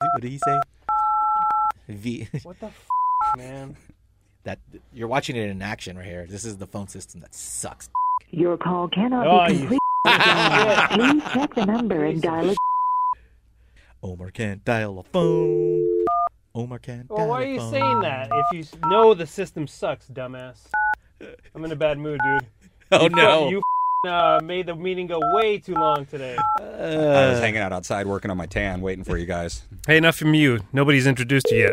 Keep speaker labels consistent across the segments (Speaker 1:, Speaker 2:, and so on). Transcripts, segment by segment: Speaker 1: What did he say? V.
Speaker 2: What the f, man?
Speaker 1: that you're watching it in action right here. This is the phone system that sucks.
Speaker 3: Your call cannot
Speaker 2: Oh,
Speaker 3: be
Speaker 2: you
Speaker 3: completed. dial. Please check the number and dial it.
Speaker 1: Omar can't dial a phone. Omar can't.
Speaker 2: Well,
Speaker 1: dial
Speaker 2: why
Speaker 1: a
Speaker 2: are you
Speaker 1: phone.
Speaker 2: saying that if you s- know the system sucks, dumbass? I'm in a bad mood, dude.
Speaker 1: Oh
Speaker 2: You fu-
Speaker 1: no!
Speaker 2: You f- uh, made the meeting go way too long today.
Speaker 4: I
Speaker 5: Uh,
Speaker 4: was hanging out outside working on my tan, waiting for you guys.
Speaker 5: Hey, enough from you. Nobody's introduced you yet.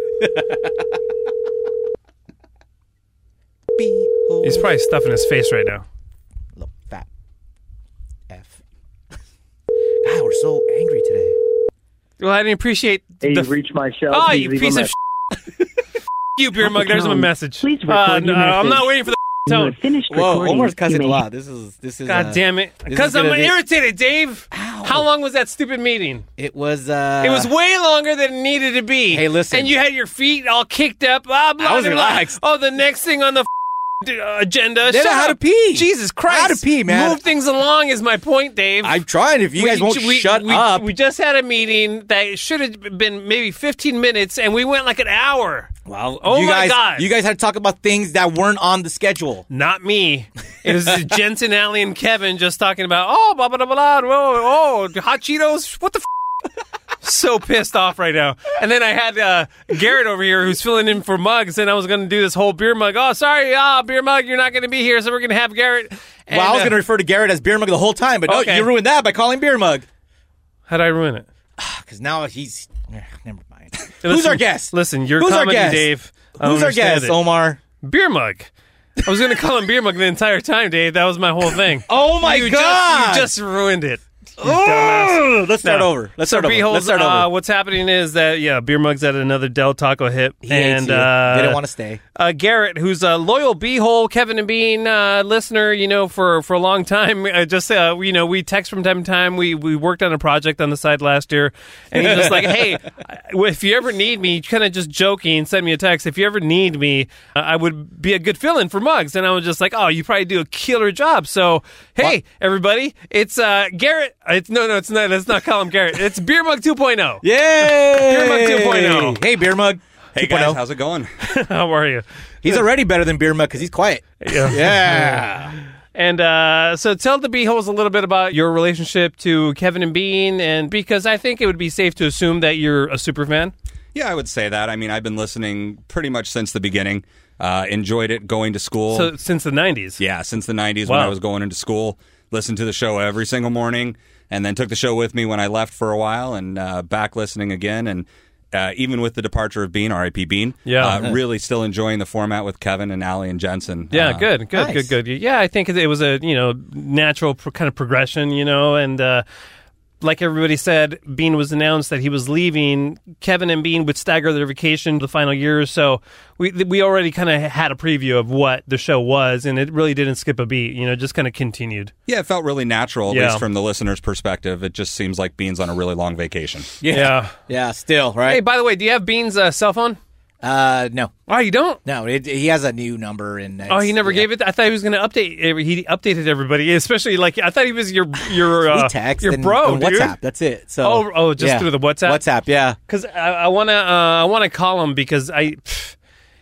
Speaker 5: He's probably stuffing his face right now.
Speaker 1: Look, fat. F. God, we're so angry today.
Speaker 5: Well, I didn't appreciate
Speaker 6: Hey,
Speaker 5: the.
Speaker 6: you've reached my show.
Speaker 5: oh,
Speaker 6: Please
Speaker 5: you
Speaker 6: leave a
Speaker 5: piece of.
Speaker 6: message.
Speaker 5: Sh- you beer mug. There's my
Speaker 3: tone.
Speaker 5: message.
Speaker 3: Please
Speaker 5: uh,
Speaker 3: record
Speaker 5: no,
Speaker 3: your
Speaker 5: I'm not
Speaker 3: message.
Speaker 5: waiting for the
Speaker 3: You
Speaker 5: tone.
Speaker 3: have finished
Speaker 1: Whoa,
Speaker 3: recording.
Speaker 1: Omar's
Speaker 3: You
Speaker 1: cussing a
Speaker 3: may-
Speaker 1: lot. This is this is.
Speaker 5: God
Speaker 1: uh,
Speaker 5: damn it!
Speaker 1: this is
Speaker 5: Because I'm
Speaker 1: gonna be-
Speaker 5: irritated, Dave.
Speaker 1: Ow.
Speaker 5: How long was that stupid meeting?
Speaker 1: It was. uh
Speaker 5: It was way longer than it needed to be.
Speaker 1: Hey, listen.
Speaker 5: And you had your feet all kicked up. Blah, blah,
Speaker 1: was
Speaker 5: blah.
Speaker 1: relaxed.
Speaker 5: Oh, the next thing on the f- d- uh, agenda.
Speaker 1: Then
Speaker 5: Shut
Speaker 1: I had
Speaker 5: up.
Speaker 1: to pee.
Speaker 5: Jesus Christ.
Speaker 1: I had to pee, man.
Speaker 5: Move things along is my point, Dave.
Speaker 1: I'm trying. If you
Speaker 5: We-
Speaker 1: guys won't
Speaker 5: we-
Speaker 1: shut
Speaker 5: we-
Speaker 1: up,
Speaker 5: We just had a meeting that should have been maybe 15 minutes, and we went like an hour.
Speaker 1: well,
Speaker 5: Oh
Speaker 1: you
Speaker 5: my
Speaker 1: guys,
Speaker 5: God.
Speaker 1: you guys had to talk about things that weren't on the schedule.
Speaker 5: Not me. It was Jensen, Alley, and Kevin just talking about, oh, blah, blah, blah, blah, oh, oh hot Cheetos. What the f-? So pissed off right now. And then I had uh, Garrett over here who's filling in for Mugs, and I was going to do this whole beer mug. Oh, sorry, ah, beer mug, you're not going to be here, so we're going to have Garrett. And,
Speaker 1: well, I was
Speaker 5: uh,
Speaker 1: going to refer to Garrett as Beer Mug the whole time, but no,
Speaker 5: Okay.
Speaker 1: you ruined that by calling Beer Mug.
Speaker 5: How'd I ruin it?
Speaker 1: Because Oh, now he's. eh, Never mind. Who's
Speaker 5: Listen-
Speaker 1: our guest?
Speaker 5: Listen, you're
Speaker 1: Who's our
Speaker 5: comedy,
Speaker 1: guest?
Speaker 5: Dave. I don't
Speaker 1: Who's our
Speaker 5: understand
Speaker 1: guest, Oh.
Speaker 5: it.
Speaker 1: Omar?
Speaker 5: Beer mug. I was going to call him beer mug the entire time, Dave. That was my whole thing.
Speaker 1: Oh my
Speaker 5: you
Speaker 1: God!
Speaker 5: Just, you just ruined it.
Speaker 1: oh, let's start
Speaker 5: No.
Speaker 1: over. Let's
Speaker 5: So
Speaker 1: start over.
Speaker 5: Beholds,
Speaker 1: Let's start
Speaker 5: uh,
Speaker 1: over.
Speaker 5: what's happening is that yeah, beer mugs at another Del Taco hit,
Speaker 1: He hates
Speaker 5: and
Speaker 1: you.
Speaker 5: uh,
Speaker 1: they didn't want to stay.
Speaker 5: uh, Garrett, who's a loyal beehole Kevin and Bean uh, listener, you know, for, for a long time. Uh, just uh, you know, we text from time to time. We we worked on a project on the side last year, and he's just like, "Hey, I- if you ever need me, kind of just joking, send me a text. If you ever need me, uh, I would be a good fill-in for Mugs." And I was just like, "Oh, you probably do a killer job." So, hey, everybody, it's uh, Garrett. It's no, no, it's not. Let's not call him Garrett. It's Beer Mug oh. 2.0.
Speaker 1: Yay!
Speaker 5: Beer Mug 2.0.
Speaker 1: oh. Hey, Beer Mug. oh.
Speaker 4: Hey
Speaker 5: oh.
Speaker 4: guys, how's it going?
Speaker 5: How are you?
Speaker 1: He's already better than Beer Mug because he's quiet.
Speaker 5: Yeah.
Speaker 1: Yeah.
Speaker 5: And uh, so tell the Beeholes a little bit about your relationship to Kevin and Bean, and because I think it would be safe to assume that you're a super fan.
Speaker 4: Yeah, I would say that. I mean, I've been listening pretty much since the beginning. Uh, enjoyed it going to school.
Speaker 5: So since the '90s,
Speaker 4: yeah, since the 90s
Speaker 5: Wow.
Speaker 4: when I was going into school. Listened to the show every single morning and then took the show with me when I left for a while and uh, back listening again. And uh, even with the departure of Bean, RIP Bean,
Speaker 5: Yeah.
Speaker 4: uh, really still enjoying the format with Kevin and Allie and Jensen.
Speaker 5: yeah,
Speaker 4: Uh,
Speaker 5: good, good,
Speaker 1: nice.
Speaker 5: good, good. Yeah, I think it was a you know natural pro- kind of progression, you know, and uh, like everybody said, Bean was announced that he was leaving. Kevin and Bean would stagger their vacation the final year, or so we th- we already kind of had a preview of what the show was, and it really didn't skip a beat, you know, just kind of continued.
Speaker 4: Yeah, it felt really natural, at
Speaker 5: Yeah.
Speaker 4: least from the listener's perspective. It just seems like Bean's on a really long vacation.
Speaker 5: yeah.
Speaker 1: yeah. Still,
Speaker 5: Hey,
Speaker 1: right?
Speaker 5: by the way, do you have Bean's uh, cell phone?
Speaker 1: Uh, no,
Speaker 5: Oh, you don't?
Speaker 1: no. It, he has a new number, and
Speaker 5: Oh, he never gave it. I thought he was going to update. every- He updated everybody, especially like I thought he was your your
Speaker 1: We
Speaker 5: uh,
Speaker 1: text
Speaker 5: your
Speaker 1: and,
Speaker 5: bro,
Speaker 1: and
Speaker 5: dude.
Speaker 1: WhatsApp. That's it. So
Speaker 5: Oh, oh, just
Speaker 1: yeah.
Speaker 5: through the WhatsApp?
Speaker 1: WhatsApp, yeah.
Speaker 5: Because I, I want to uh, I want to call him because I.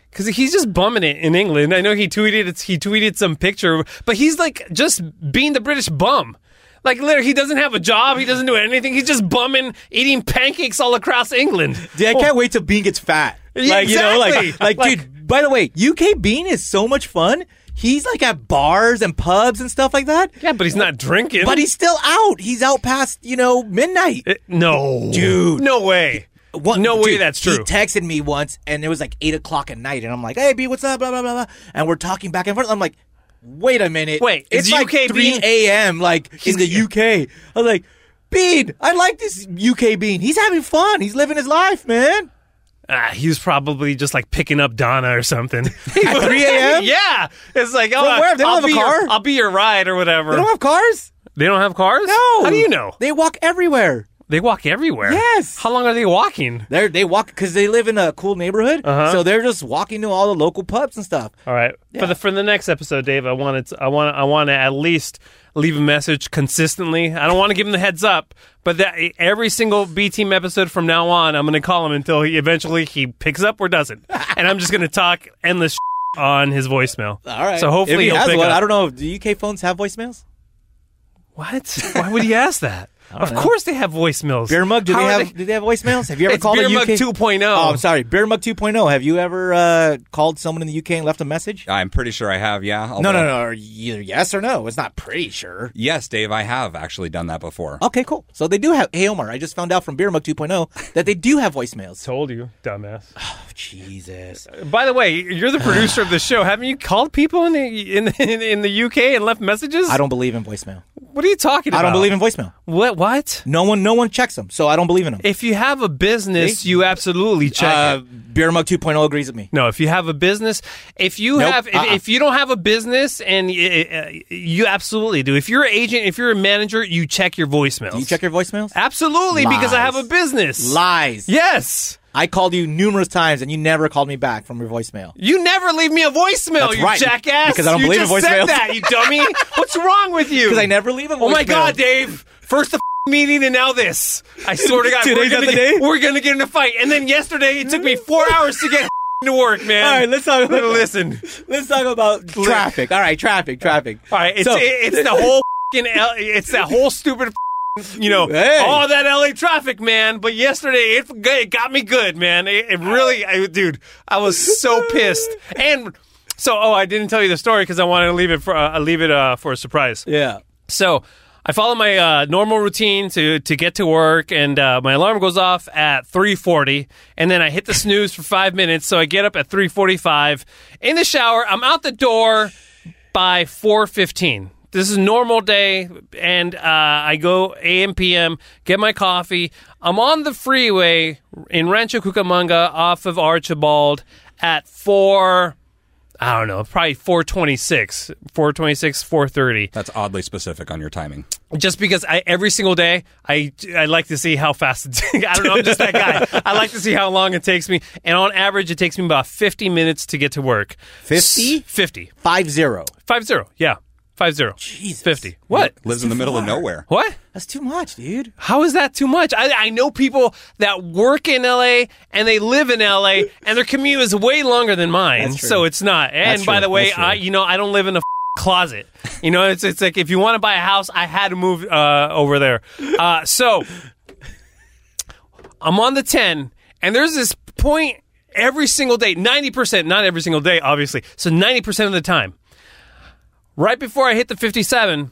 Speaker 5: Because he's just bumming it in England. I know he tweeted it's he tweeted some picture, but he's like just being the British bum. Like literally, he doesn't have a job. He doesn't do anything. He's just bumming, eating pancakes all across England.
Speaker 1: Dude, I can't wait till Bean gets fat.
Speaker 5: Oh. Yeah,
Speaker 1: Like you know, like
Speaker 5: exactly.
Speaker 1: like dude. By the way, UK Bean is so much fun. He's like at bars and pubs and stuff like that.
Speaker 5: Yeah, but he's not drinking.
Speaker 1: But he's still out. He's out past you know midnight.
Speaker 5: It- no,
Speaker 1: Dude.
Speaker 5: no way.
Speaker 1: One-
Speaker 5: no way
Speaker 1: dude,
Speaker 5: that's
Speaker 1: He
Speaker 5: true.
Speaker 1: texted me once, and it was like eight o'clock at night, and I'm like, "Hey, B, what's up?" Blah blah blah blah, and we're talking back and forth. I'm like, "Wait a minute,
Speaker 5: Wait,
Speaker 1: it's
Speaker 5: is
Speaker 1: like
Speaker 5: UK
Speaker 1: three
Speaker 5: being-
Speaker 1: a.m. like in the UK." I was like, "Bean, I like this UK Bean. He's having fun. He's living his life, man."
Speaker 5: Ah, he was probably just like picking up Donna or something. At
Speaker 1: 3 a.m.?
Speaker 5: yeah, it's like oh,
Speaker 1: From where? They don't
Speaker 5: I'll
Speaker 1: have a
Speaker 5: be
Speaker 1: car?
Speaker 5: Your, I'll be your ride or whatever.
Speaker 1: They don't have cars.
Speaker 5: They don't have cars.
Speaker 1: No,
Speaker 5: How do you know?
Speaker 1: They walk everywhere.
Speaker 5: They walk everywhere.
Speaker 1: Yes.
Speaker 5: How long are they walking?
Speaker 1: They're, they walk because they live in a cool neighborhood,
Speaker 5: Uh-huh.
Speaker 1: so they're just walking to all the local pubs and stuff.
Speaker 5: All right. For the for the next episode, Dave, I wanted to, I want I want to at least leave a message consistently. I don't want to give him the heads up, but that every single B team episode from now on, I'm going to call him until he eventually he picks up or doesn't, and I'm just going to talk endless on his voicemail.
Speaker 1: All right.
Speaker 5: So
Speaker 1: If
Speaker 5: hopefully
Speaker 1: he
Speaker 5: will
Speaker 1: has
Speaker 5: pick
Speaker 1: one,
Speaker 5: up.
Speaker 1: I don't know. Do UK phones have voicemails?
Speaker 5: What? Why would he ask that? of course they have voicemails.
Speaker 1: Beer mug? Do
Speaker 5: How
Speaker 1: they
Speaker 5: are
Speaker 1: have? do they have voicemails? Have you ever
Speaker 5: It's
Speaker 1: called
Speaker 5: Beer
Speaker 1: a
Speaker 5: Mug
Speaker 1: UK
Speaker 5: 2.0.
Speaker 1: Oh, I'm sorry, Beer Mug 2.0. Have you ever uh, called someone in the UK and left a message?
Speaker 4: I'm pretty sure I have. Yeah.
Speaker 5: Oh,
Speaker 1: No,
Speaker 4: although-
Speaker 1: no, no. or Either yes or no. It's not pretty sure.
Speaker 4: Yes, Dave, I have actually done that before.
Speaker 5: Oh.
Speaker 1: Okay, cool. So they do have. Hey, Omar, I just found out from Beer Mug 2.0 that they do have voicemails. So,
Speaker 2: Told you, dumbass.
Speaker 5: Oh,
Speaker 1: Jesus.
Speaker 5: By the way, you're the producer of the show. Haven't you called people in the in in, in the UK and left messages?
Speaker 1: I don't believe in voicemail.
Speaker 5: What are you talking about?
Speaker 1: I don't believe in voicemail.
Speaker 5: What? What?
Speaker 1: No one, no one checks them, so I don't believe in them.
Speaker 5: If you have a business, you absolutely check.
Speaker 1: Uh,
Speaker 5: it.
Speaker 1: Beer Mug 2.0 agrees with me.
Speaker 5: No, if you have a business, if you
Speaker 1: Nope,
Speaker 5: have, if,
Speaker 1: uh-uh.
Speaker 5: if you don't have a business, and y- uh, you absolutely do. If you're an agent, if you're a manager, you check your voicemails.
Speaker 1: Do you check your voicemails?
Speaker 5: absolutely because I have a
Speaker 1: Lies.
Speaker 5: business.
Speaker 1: Lies.
Speaker 5: Yes,
Speaker 1: I called you numerous times and you never called me back from your voicemail.
Speaker 5: you never leave me a voicemail,
Speaker 1: That's
Speaker 5: you
Speaker 1: right,
Speaker 5: jackass.
Speaker 1: because I don't
Speaker 5: you
Speaker 1: believe in
Speaker 5: just said
Speaker 1: voicemails.
Speaker 5: that, you dummy. What's wrong with you?
Speaker 1: Because I never leave a voicemail.
Speaker 5: Oh my God, Dave! First the f- meeting and now this. I swear to God,
Speaker 1: Today's
Speaker 5: we're gonna,
Speaker 1: not the
Speaker 5: get,
Speaker 1: day?
Speaker 5: we're gonna get in a fight. And then yesterday, it took me four hours to get to work, man.
Speaker 1: All right, let's talk about-
Speaker 5: listen.
Speaker 1: Let's talk about traffic. All right, traffic, traffic.
Speaker 5: All right, it's
Speaker 1: So-
Speaker 5: it- it's the whole fing L- it's that whole stupid. f- You know,
Speaker 1: Hey.
Speaker 5: all that LA traffic, man. But yesterday, it, g- it got me good, man. It, it really, I, dude, I was so pissed. And so, oh, I didn't tell you the story because I wanted to leave it for uh, leave it uh, for a surprise.
Speaker 1: Yeah.
Speaker 5: So I follow my uh, normal routine to to get to work, and uh, my alarm goes off at three forty, and then I hit the snooze for five minutes. So I get up at three forty five in the shower. I'm out the door by four fifteen. This is a normal day, and uh, I go AM PM, get my coffee. I'm on the freeway in Rancho Cucamonga off of Archibald at four. I don't know, probably 426, 426, 430
Speaker 4: That's oddly specific on your timing.
Speaker 5: just because I every single day I I like to see how fast it takes. I don't know, I'm just that guy. I like to see how long it takes me, and on average, it takes me about 50 minutes to get to work.
Speaker 1: 50?
Speaker 5: S- 50.
Speaker 1: Five zero.
Speaker 5: Five zero. Yeah, five zero.
Speaker 1: Jesus.
Speaker 5: 50. What?
Speaker 4: Lives in the middle of nowhere.
Speaker 5: What?
Speaker 1: That's too much, dude.
Speaker 5: How is that too much? I, I know people that work in LA and they live in LA and their commute is way longer than mine.
Speaker 1: That's true.
Speaker 5: So it's not. And
Speaker 1: That's
Speaker 5: by
Speaker 1: true.
Speaker 5: the way,
Speaker 1: That's true.
Speaker 5: I you know I don't live in a closet. You know it's it's like if you want to buy a house, I had to move uh, over there. Uh, so I'm on the 10, and there's this point every single day, 90%, not every single day, obviously. So 90% of the time. Right before I hit the 57,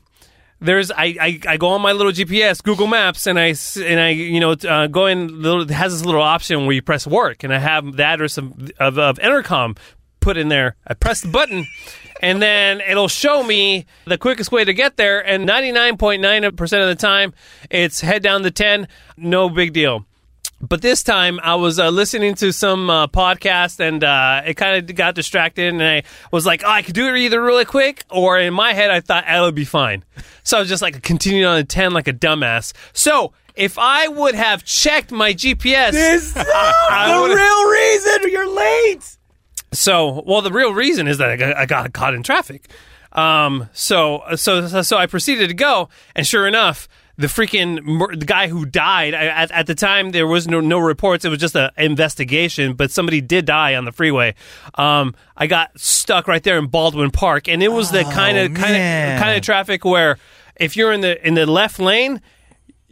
Speaker 5: there's I, I, I go on my little GPS, Google Maps, and I s- and I you know t- uh, go in. Little, it has this little option where you press work, and I have the address of, of, of intercom put in there. I press the button, and then it'll show me the quickest way to get there. And ninety nine point nine percent of the time, it's head down the ten. No big deal. But this time I was uh, listening to some uh, podcast and uh, it kind of got distracted and I was like, oh, I could do it either really quick or in my head I thought that'll be fine. So I was just like continuing on a 10 like a dumbass. So if I would have checked my GPS,
Speaker 1: Is
Speaker 5: I
Speaker 1: the
Speaker 5: would've-
Speaker 1: real reason you're late?
Speaker 5: so, well, the real reason is that I got, I got caught in traffic. Um, so, so, so, so I proceeded to go, and sure enough, the freaking mur- the guy who died I, at, at the time there was no no reports. It was just an investigation, but somebody did die on the freeway. Um, I got stuck right there in Baldwin Park, and it was the kind of kind
Speaker 1: Oh, man.
Speaker 5: of kind of traffic where if you're in the in the left lane.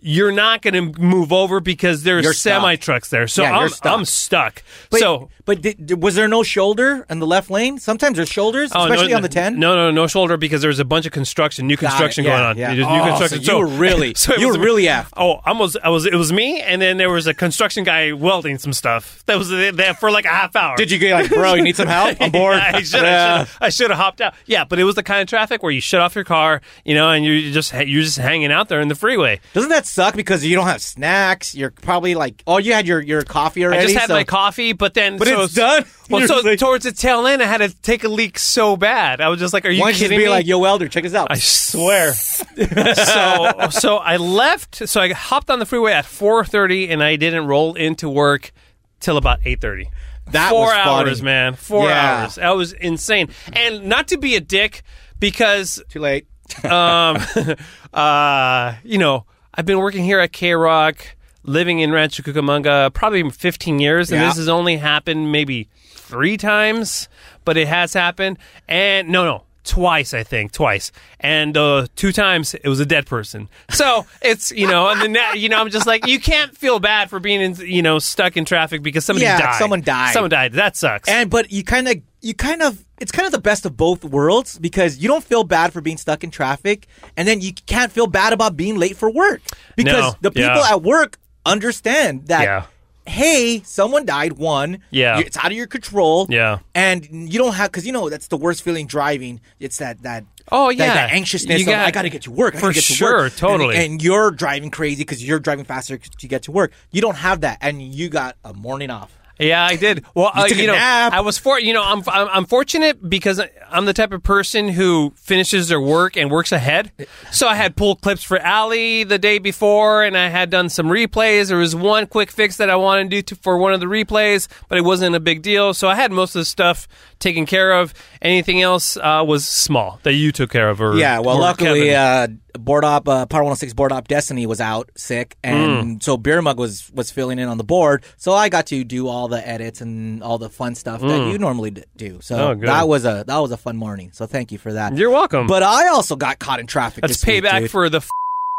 Speaker 5: You're not going to move over because
Speaker 1: You're
Speaker 5: there's
Speaker 1: stuck.
Speaker 5: semi trucks there, so
Speaker 1: Yeah, you're
Speaker 5: I'm
Speaker 1: stuck.
Speaker 5: I'm stuck.
Speaker 1: But,
Speaker 5: so
Speaker 1: but did, did- was there no shoulder in the left lane? Sometimes there's shoulders,
Speaker 5: Oh, no,
Speaker 1: especially on
Speaker 5: no,
Speaker 1: the ten.
Speaker 5: No, no, no shoulder because there was a bunch of construction, new construction
Speaker 1: yeah,
Speaker 5: going on.
Speaker 1: yeah.
Speaker 5: There's
Speaker 1: Oh,
Speaker 5: new construction.
Speaker 1: so you were really-
Speaker 5: it
Speaker 1: you
Speaker 5: was
Speaker 1: were
Speaker 5: me-
Speaker 1: really aft.
Speaker 5: Oh, I was, I was. It was me, and then there was a construction guy welding some stuff. That was there for like a half hour.
Speaker 1: Did you get like, bro? You need some help? I'm bored.
Speaker 5: I should have. I should have hopped out. Yeah, but it was the kind of traffic where you shut off your car, you know, and you just you're just hanging out there in the freeway.
Speaker 1: Doesn't that suck because you don't have snacks. You're probably like, oh, you had your, your coffee already.
Speaker 5: I just had
Speaker 1: so-
Speaker 5: my coffee, but then
Speaker 1: But
Speaker 5: so
Speaker 1: it's done.
Speaker 5: Well,
Speaker 1: You're
Speaker 5: so
Speaker 1: like-
Speaker 5: towards the tail end, I had to take a leak so bad. I was just like, "Are you
Speaker 1: Why don't you just
Speaker 5: kidding
Speaker 1: be
Speaker 5: me?"
Speaker 1: like, yo, welder, check this out.
Speaker 5: I swear. so so I left. So I hopped on the freeway at four thirty, and I didn't roll into work till about eight thirty.
Speaker 1: That
Speaker 5: four
Speaker 1: was funny.
Speaker 5: hours, man. Four
Speaker 1: Yeah.
Speaker 5: hours. That was insane. And not to be a dick, because
Speaker 1: Too late.
Speaker 5: um, uh, you know, I've been working here at K Rock, living in Rancho Cucamonga, probably 15 years, and
Speaker 1: Yeah.
Speaker 5: this has only happened maybe three times, but it has happened. And no, no. Twice, I think, twice, and uh, two times it was a dead person. So it's you know, and then that- you know, I'm just like, you can't feel bad for being in, you know stuck in traffic because somebody
Speaker 1: Yeah,
Speaker 5: died.
Speaker 1: someone died.
Speaker 5: Someone died. That sucks.
Speaker 1: And but you kind of you kind of it's kind of the best of both worlds because you don't feel bad for being stuck in traffic, and then you can't feel bad about being late for work because
Speaker 5: No.
Speaker 1: the people
Speaker 5: Yeah.
Speaker 1: at work understand that.
Speaker 5: Yeah.
Speaker 1: Hey, someone died. One,
Speaker 5: Yeah.
Speaker 1: you- it's out of your control.
Speaker 5: Yeah.
Speaker 1: and you don't have because you know that's the worst feeling driving. It's that that
Speaker 5: Oh,
Speaker 1: that-
Speaker 5: yeah.
Speaker 1: that, anxiousness.
Speaker 5: You
Speaker 1: of,
Speaker 5: got-
Speaker 1: I got to get to work I
Speaker 5: For
Speaker 1: gotta get to
Speaker 5: sure,
Speaker 1: work. And-
Speaker 5: totally.
Speaker 1: And, you're driving crazy because you're driving faster to get to work. You don't have that, and you got a morning off.
Speaker 5: Yeah, I did. Well, you, uh,
Speaker 1: took a
Speaker 5: you know,
Speaker 1: nap.
Speaker 5: I was for you know, I'm, I'm I'm fortunate because I'm the type of person who finishes their work and works ahead. So I had pulled clips for Ali the day before, and I had done some replays. There was one quick fix that I wanted to do to, for one of the replays, but it wasn't a big deal. So I had most of the stuff taken care of. Anything else uh, was small that you took care of. Or,
Speaker 1: Yeah, well,
Speaker 5: or
Speaker 1: luckily,
Speaker 5: Kevin.
Speaker 1: uh, board op uh, Power 106 board op Destiny was out sick,
Speaker 5: Mm.
Speaker 1: and so Beer Mug was was filling in on the board. So I got to do all the edits and all the fun stuff that you normally d- do. So
Speaker 5: Mm. Oh, good.
Speaker 1: that was a that was a fun morning. So thank you for that.
Speaker 5: you're welcome.
Speaker 1: but I also got caught in traffic.
Speaker 5: that's
Speaker 1: this week,
Speaker 5: payback
Speaker 1: dude.
Speaker 5: for the. F-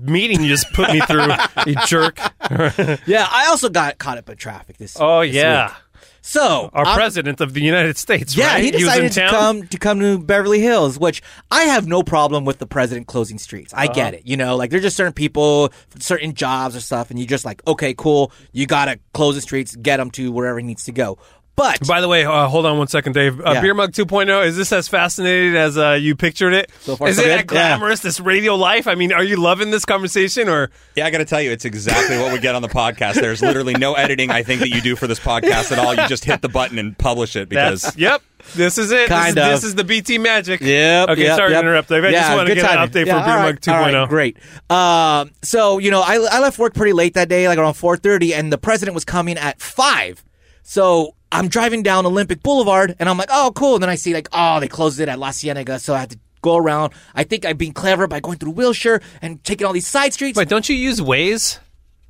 Speaker 5: Meeting you just put me through, you jerk.
Speaker 1: yeah. I also got caught up in traffic this.
Speaker 5: Oh
Speaker 1: this
Speaker 5: yeah,
Speaker 1: week. So
Speaker 5: our
Speaker 1: I'm-
Speaker 5: president of the United States.
Speaker 1: Yeah,
Speaker 5: right?
Speaker 1: he
Speaker 5: was
Speaker 1: decided
Speaker 5: in
Speaker 1: to
Speaker 5: town?
Speaker 1: come to come to Beverly Hills, which I have no problem with the president closing streets. I
Speaker 5: Uh-huh.
Speaker 1: get it. You know, like there's just certain people, certain jobs or stuff, and you're just like, okay, cool, you gotta close the streets, get him to wherever he needs to go. But
Speaker 5: By the way, uh, hold on one second, Dave. Uh,
Speaker 1: Yeah.
Speaker 5: Beer Mug 2.0, is this as fascinating as uh, you pictured it? Is
Speaker 1: So far, so
Speaker 5: it
Speaker 1: good?
Speaker 5: that glamorous, this radio life? I mean, are you loving this conversation or?
Speaker 4: Yeah, I got to tell you, it's exactly what we get on the podcast. There's literally no editing, I think, that you do for this podcast at all. You just hit the button and publish it because
Speaker 5: That's, yep, this is it.
Speaker 1: Kind
Speaker 5: this, is,
Speaker 1: of.
Speaker 5: this is the BT magic.
Speaker 1: Yep.
Speaker 5: Okay,
Speaker 1: yep,
Speaker 5: sorry
Speaker 1: yep.
Speaker 5: to interrupt, Dave. I just
Speaker 1: Yeah,
Speaker 5: want to
Speaker 1: good
Speaker 5: get
Speaker 1: timing.
Speaker 5: an update
Speaker 1: Yeah,
Speaker 5: for Beer
Speaker 1: all
Speaker 5: Mug
Speaker 1: right, all
Speaker 5: 2.0.
Speaker 1: right, great. Um, so you know, I I left work pretty late that day, like around four thirty, and the president was coming at five. So I'm driving down Olympic Boulevard, and I'm like, oh, cool. And then I see like, oh, they closed it at La Cienega, so I had to go around. I think I've been clever by going through Wilshire and taking all these side streets.
Speaker 5: Wait, don't you use Waze?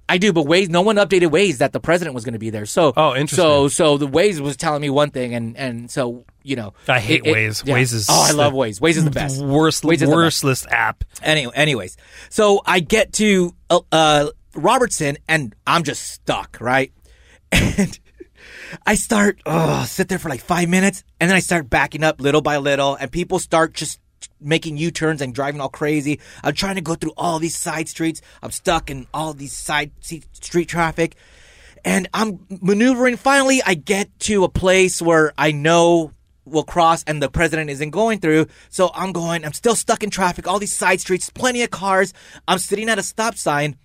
Speaker 1: I do, but Waze, no one updated Waze that the president was going to be there. So,
Speaker 5: Oh, interesting.
Speaker 1: So, so the Waze was telling me one thing, and and so you know,
Speaker 5: I hate Waze. Waze is
Speaker 1: oh, I
Speaker 5: the
Speaker 1: love Ways. Waze is the best.
Speaker 5: Worst,
Speaker 1: Waze is the best.
Speaker 5: worstless app.
Speaker 1: Anyway, anyways, so I get to uh, uh, Robertson and I'm just stuck, right? And I start oh, sit there for like five minutes, and then I start backing up little by little, and people start just making U-turns and driving all crazy. I'm trying to go through all these side streets. I'm stuck in all these side se- street traffic. And I'm maneuvering. Finally, I get to a place where I know will cross and the president isn't going through. So I'm going, I'm still stuck in traffic, all these side streets, plenty of cars. I'm sitting at a stop sign.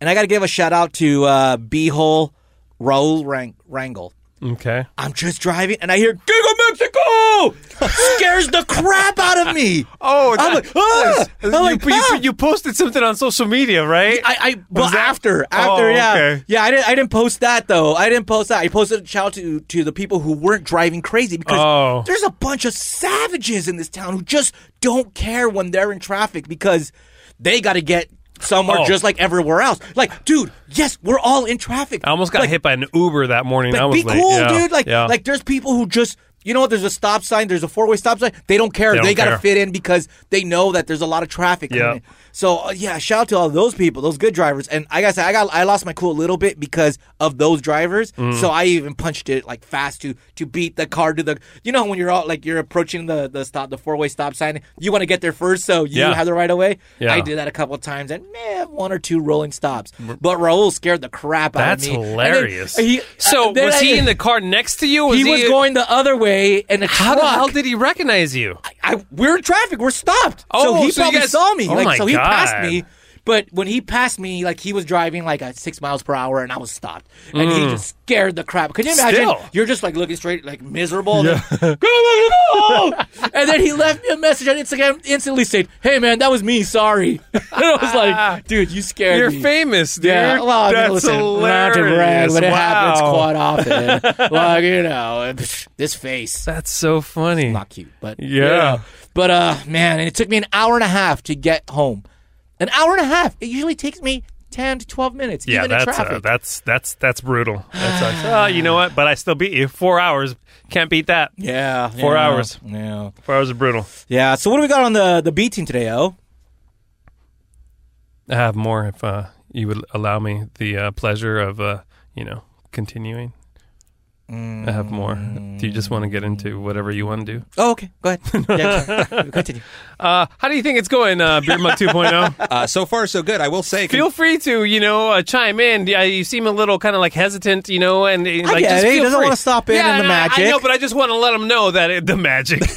Speaker 1: And I got to give a shout out to uh, B-Hole Raul Rang- Rangel.
Speaker 5: Okay.
Speaker 1: I'm just driving and I hear Giga Mexico scares the crap out of me.
Speaker 5: Oh,
Speaker 1: I'm like, ah!
Speaker 5: you,
Speaker 1: I'm like,
Speaker 5: you-
Speaker 1: ah!
Speaker 5: you posted something on social media, right?
Speaker 1: I, I well,
Speaker 5: was that-
Speaker 1: after
Speaker 5: Oh,
Speaker 1: after yeah
Speaker 5: okay.
Speaker 1: yeah I didn't I didn't post that though I didn't post that I posted a shout to to the people who weren't driving crazy because
Speaker 5: Oh.
Speaker 1: there's a bunch of savages in this town who just don't care when they're in traffic because they got to get somewhere
Speaker 5: Oh.
Speaker 1: just like everywhere else like dude yes we're all in traffic
Speaker 5: I almost got
Speaker 1: like,
Speaker 5: hit by an Uber that morning. I
Speaker 1: But
Speaker 5: was
Speaker 1: be
Speaker 5: late.
Speaker 1: cool,
Speaker 5: Yeah,
Speaker 1: dude. Like,
Speaker 5: yeah.
Speaker 1: like there's people who just, you know, what? there's a stop sign, there's a four way stop sign. They don't care.
Speaker 5: They
Speaker 1: They,
Speaker 5: don't
Speaker 1: got
Speaker 5: care.
Speaker 1: to fit in because they know that there's a lot of traffic. coming
Speaker 5: Yeah.
Speaker 1: in. So uh, yeah, shout out to all those people, those good drivers. And I gotta say, I got, I lost my cool a little bit because of those drivers.
Speaker 5: Mm.
Speaker 1: So I even punched it like fast to to beat the car to the, you know, when you're all like you're approaching the the stop, the four way stop sign, you want to get there first, so you
Speaker 5: Yeah.
Speaker 1: have the right of way.
Speaker 5: Yeah.
Speaker 1: I did that a couple of times and meh, one or two rolling stops. But Raul scared the crap out of
Speaker 5: That's
Speaker 1: me. And then
Speaker 5: hilarious.
Speaker 1: he-
Speaker 5: so
Speaker 1: then
Speaker 5: was he
Speaker 1: I-
Speaker 5: in the car next to you?
Speaker 1: he was going the other way and a
Speaker 5: How the
Speaker 1: truck.
Speaker 5: hell did he recognize you?
Speaker 1: I, we're in traffic. We're stopped.
Speaker 5: Oh,
Speaker 1: so he
Speaker 5: so you
Speaker 1: probably
Speaker 5: guys-
Speaker 1: saw me.
Speaker 5: Oh
Speaker 1: like
Speaker 5: my
Speaker 1: so he passed
Speaker 5: God.
Speaker 1: me. But when he passed me, like he was driving like at six miles per hour, and I was stopped, and he just scared the crap. Could you imagine?
Speaker 5: Mm. Still.
Speaker 1: You're just like looking straight, like miserable. and then, "Go, go, go!" and then he left me a message on Instagram, instantly said, "Hey man, that was me. Sorry." and I was like, "Dude, you scared
Speaker 5: You're
Speaker 1: me."
Speaker 5: famous, dude.
Speaker 1: Yeah, well, I mean,
Speaker 5: That's
Speaker 1: listen, not
Speaker 5: hilarious.
Speaker 1: to brag, but it happens
Speaker 5: Wow.
Speaker 1: quite often. like you know, this face
Speaker 5: That's so funny.
Speaker 1: not cute, but
Speaker 5: Yeah.
Speaker 1: But uh, man, and it took me an hour and a half to get home. An hour and a half. It usually takes me ten to twelve minutes.
Speaker 5: Yeah,
Speaker 1: even in
Speaker 5: that's uh,
Speaker 1: traffic.
Speaker 5: that's that's that's brutal. That sucks. Ah, you know what? But I still beat you. Four hours can't beat that.
Speaker 1: yeah,
Speaker 5: Four
Speaker 1: yeah,
Speaker 5: hours.
Speaker 1: Yeah,
Speaker 5: Four hours are brutal.
Speaker 1: yeah. So what do we got on the the B team today? Oh,
Speaker 5: I have more if uh, you would allow me the uh, pleasure of uh, you know continuing. I have more. Do you just want to get into
Speaker 1: Mm.
Speaker 5: whatever you want to do?
Speaker 1: oh, okay. Go ahead. Yeah, sure. Continue.
Speaker 5: Uh, how do you think it's going, uh, Beer Mug 2.0?
Speaker 4: Uh, so far, so good. I will say,
Speaker 5: feel free to you know uh, chime in. Yeah, you seem a little kind of like hesitant, you know, and uh, like
Speaker 1: get
Speaker 5: just
Speaker 1: it. He
Speaker 5: feel
Speaker 1: doesn't
Speaker 5: free.
Speaker 1: wanna stop in in
Speaker 5: Yeah,
Speaker 1: the
Speaker 5: and I- I,
Speaker 1: magic.
Speaker 5: know, but I just want to let them know that it, the magic.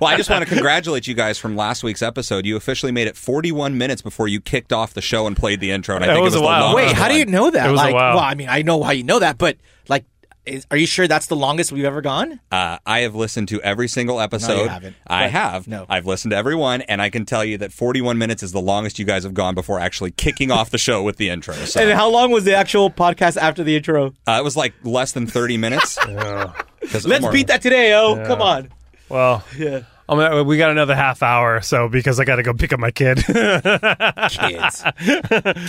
Speaker 4: well, I just want to congratulate you guys from last week's episode. You officially made it 41 minutes before you kicked off the show and played the intro. And I
Speaker 5: That
Speaker 4: think
Speaker 5: was
Speaker 4: it was
Speaker 5: a
Speaker 4: the
Speaker 5: while.
Speaker 4: longest
Speaker 1: Wait, how do
Speaker 4: one.
Speaker 1: you know that?
Speaker 5: Uh, It was a
Speaker 1: like,
Speaker 5: while.
Speaker 1: well, I mean, I know how you know that, but like, is, are you sure that's the longest we've ever gone?
Speaker 4: Uh, I have listened to every single episode.
Speaker 1: haven't.
Speaker 4: I
Speaker 1: But-
Speaker 4: have.
Speaker 1: no.
Speaker 4: I've listened to every one, and I can tell you that 41 minutes is the longest you guys have gone before actually kicking off the show with the intro. So
Speaker 1: And how long was the actual podcast after the intro?
Speaker 4: uh, it was like less than 30 minutes. 'Cause
Speaker 1: Let's
Speaker 4: Omar-
Speaker 1: beat that today. Oh, come on.
Speaker 5: well,
Speaker 1: Yeah.
Speaker 5: I'm gonna- we got another half hour, or so because I got to go pick up my kid.
Speaker 1: kids.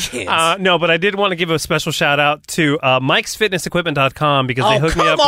Speaker 1: kids.
Speaker 5: Uh, no, but I did want to give a special shout out to uh, Mike's Fitness Equipment.com because they
Speaker 1: Oh,
Speaker 5: hooked me
Speaker 1: come
Speaker 5: up with.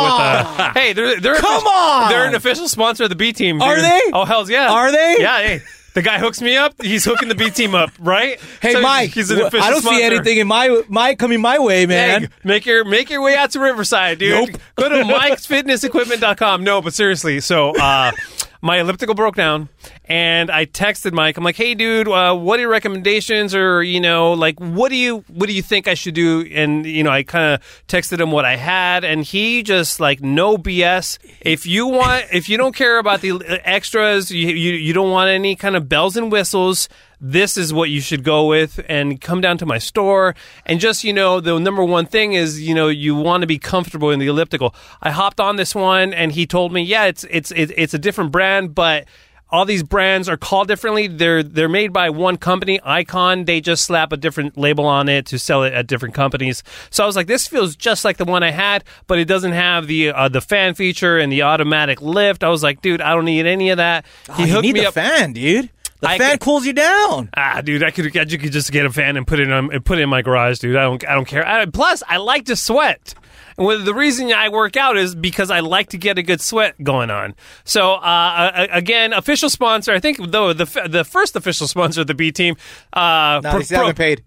Speaker 5: Uh,
Speaker 1: on!
Speaker 5: hey, they're they're
Speaker 1: Come on!
Speaker 5: They're an official sponsor of the B Team. dude.
Speaker 1: Are they?
Speaker 5: Oh hell's yeah!
Speaker 1: Are they?
Speaker 5: Yeah. Hey, the guy hooks me up. He's hooking the B Team up, right?
Speaker 1: hey,
Speaker 5: So
Speaker 1: Mike.
Speaker 5: He's an
Speaker 1: wh-
Speaker 5: official
Speaker 1: I don't see
Speaker 5: sponsor.
Speaker 1: anything in my my coming my way,
Speaker 5: Hey,
Speaker 1: man.
Speaker 5: make your make your way out to Riverside, dude.
Speaker 1: Nope.
Speaker 5: Go to Mike's Fitness Equipment.com. No, but seriously, so uh, my elliptical broke down, and I texted Mike. I'm like, "Hey, dude, uh, what are your recommendations, or you know, like, what do you what do you think I should do?" And you know, I kind of texted him what I had, and he just like, "No BS. If you want, if you don't care about the uh, extras, you you, you don't want any kind of bells and whistles." this is what you should go with and come down to my store and just you know the number one thing is you know you want to be comfortable in the elliptical i hopped on this one and he told me yeah it's it's it's it's a different brand but all these brands are called differently they're they're made by one company icon they just slap a different label on it to sell it at different companies so i was like this feels just like the one i had but it doesn't have the uh, the fan feature and the automatic lift i was like dude i don't need any of that
Speaker 1: Oh, you need the fan, dude. The
Speaker 5: I
Speaker 1: fan
Speaker 5: can-
Speaker 1: cools you down.
Speaker 5: Ah, dude, I could I could just get a fan and put it on and put it in my garage, dude. I don't I don't care. I, plus, I like to sweat. And one of the reason I work out is because I like to get a good sweat going on. So uh, a- a- again, official sponsor. I think though the f- the first official sponsor of the B team, uh,
Speaker 1: No, they still haven't paid.